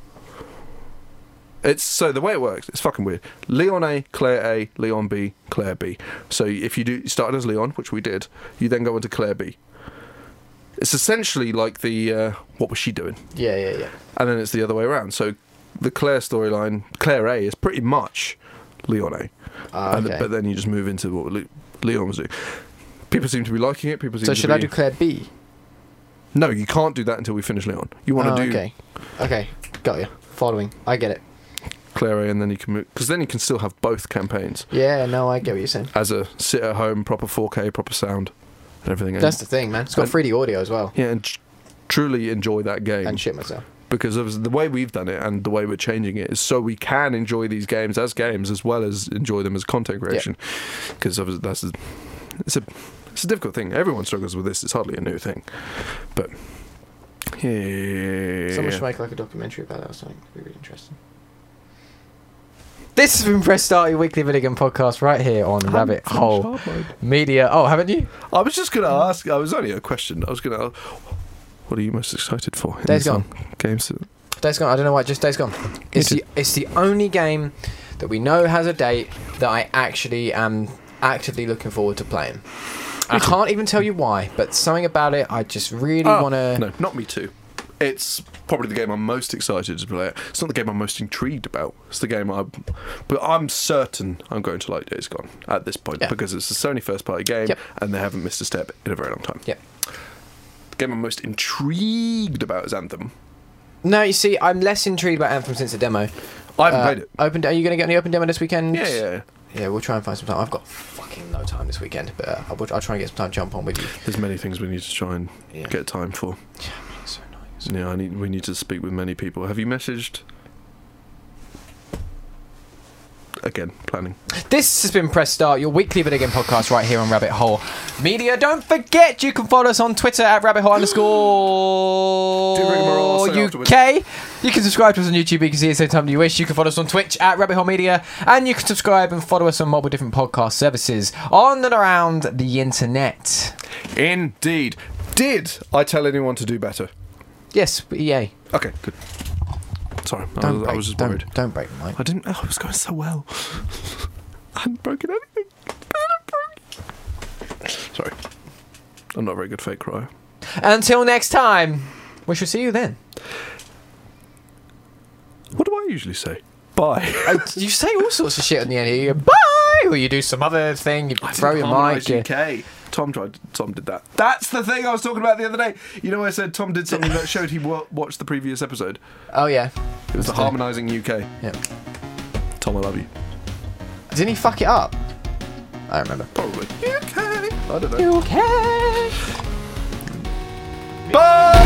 Speaker 2: it's so the way it works. It's fucking weird. Leon A, Claire A, Leon B, Claire B. So if you do you started as Leon, which we did, you then go into Claire B. It's essentially like the uh, what was she doing,
Speaker 1: Yeah, yeah, yeah.
Speaker 2: and then it's the other way around. So the Claire storyline, Claire A, is pretty much Leon A,
Speaker 1: Ah,
Speaker 2: and,
Speaker 1: okay.
Speaker 2: but then you just move into what Le- Leon was doing. People seem to be liking it. People seem
Speaker 1: so
Speaker 2: to
Speaker 1: should
Speaker 2: be...
Speaker 1: I do Claire B?
Speaker 2: No, you can't do that until we finish Leon. You want to
Speaker 1: Oh,
Speaker 2: do
Speaker 1: okay. Okay, got you. Following. I get it.
Speaker 2: Claire, and then you can move because then you can still have both campaigns
Speaker 1: Yeah, no, I get what you're saying.
Speaker 2: as a sit at home, proper 4K, proper sound, and everything.
Speaker 1: That's the thing, man. It's got
Speaker 2: And-
Speaker 1: 3D audio as well.
Speaker 2: and, yeah, and tr- truly enjoy that game
Speaker 1: And shit myself.
Speaker 2: because of the way we've done it and the way we're changing it is so we can enjoy these games as games as well as enjoy them as content creation because obviously that's a, it's a It's a difficult thing. Everyone struggles with this. It's hardly a new thing. But yeah.
Speaker 3: Someone should make like a documentary about that or something. It'd be really interesting.
Speaker 1: This has been Press Start, your weekly video game podcast, right here on
Speaker 2: I'm
Speaker 1: Rabbit
Speaker 2: finished
Speaker 1: Hole
Speaker 2: hard mode.
Speaker 1: Media. Oh, haven't you?
Speaker 2: I was just gonna ask. I was only a question. I was gonna. What are you most excited for? in
Speaker 1: Days
Speaker 2: this
Speaker 1: Gone.
Speaker 2: song? Games. that-
Speaker 1: Days Gone. I don't know why. Just Days Gone. It's
Speaker 2: too.
Speaker 1: the it's the only game that we know has a date that I actually am actively looking forward to playing. I can't even tell you why, but something about it I just really
Speaker 2: Ah,
Speaker 1: want to.
Speaker 2: No, not me too. It's probably the game I'm most excited to play. It's not the game I'm most intrigued about. It's the game I, but I'm certain I'm going to like Days Gone at this point
Speaker 1: Yeah.
Speaker 2: because it's a Sony first party game
Speaker 1: Yep.
Speaker 2: and they haven't missed a step in a very long time.
Speaker 1: Yep.
Speaker 2: The game I'm most intrigued about is Anthem.
Speaker 1: No, you see, I'm less intrigued about Anthem since the demo. Uh,
Speaker 2: I haven't played it.
Speaker 1: Open. Are you going to get any open demo this weekend?
Speaker 2: Yeah, yeah.
Speaker 1: Yeah, we'll try and find some time. I've got fucking no time this weekend, but uh, I'll, I'll try and get some time to jump on with you.
Speaker 2: There's many things we need to try and
Speaker 1: Yeah.
Speaker 2: get time for.
Speaker 1: So annoying.
Speaker 2: Yeah, I need. We need to speak with many people. Have you messaged? Again, planning.
Speaker 1: This has been Press Start, your weekly video game podcast right here on Rabbit Hole Media. Don't forget you can follow us on Twitter at rabbit hole underscore
Speaker 2: Do rigmarole, I'll say afterwards.
Speaker 1: UK. You can subscribe to us on YouTube, you can see us anytime you wish. You can follow us on Twitch at Rabbit Hole Media, and you can subscribe and follow us on multiple different podcast services on and around the internet.
Speaker 2: Indeed. Did I tell anyone to do better?
Speaker 1: Yes, EA.
Speaker 2: Okay, good. Sorry, I
Speaker 1: Don't
Speaker 2: was,
Speaker 1: break,
Speaker 2: I was just
Speaker 1: don't,
Speaker 2: worried.
Speaker 1: don't break the mic.
Speaker 2: I didn't. I was going so well. I hadn't broken anything. Sorry, I'm not a very good fake crier.
Speaker 1: Until next time, we shall see you then.
Speaker 2: What do I usually say? Bye.
Speaker 1: Uh, you say all sorts of shit on the end here. You go, Bye! Or you do some other thing, you throw your mic. you-
Speaker 2: UK. Tom tried. Tom did that. That's the thing I was talking about the other day. You know, I said Tom did something that showed he wa- watched the previous episode.
Speaker 1: Oh, yeah.
Speaker 2: It was the harmonising UK.
Speaker 1: Yeah.
Speaker 2: Tom, I love you.
Speaker 1: Didn't he fuck it up? I don't remember.
Speaker 2: Probably. UK. I don't know.
Speaker 1: Okay.
Speaker 2: Bye.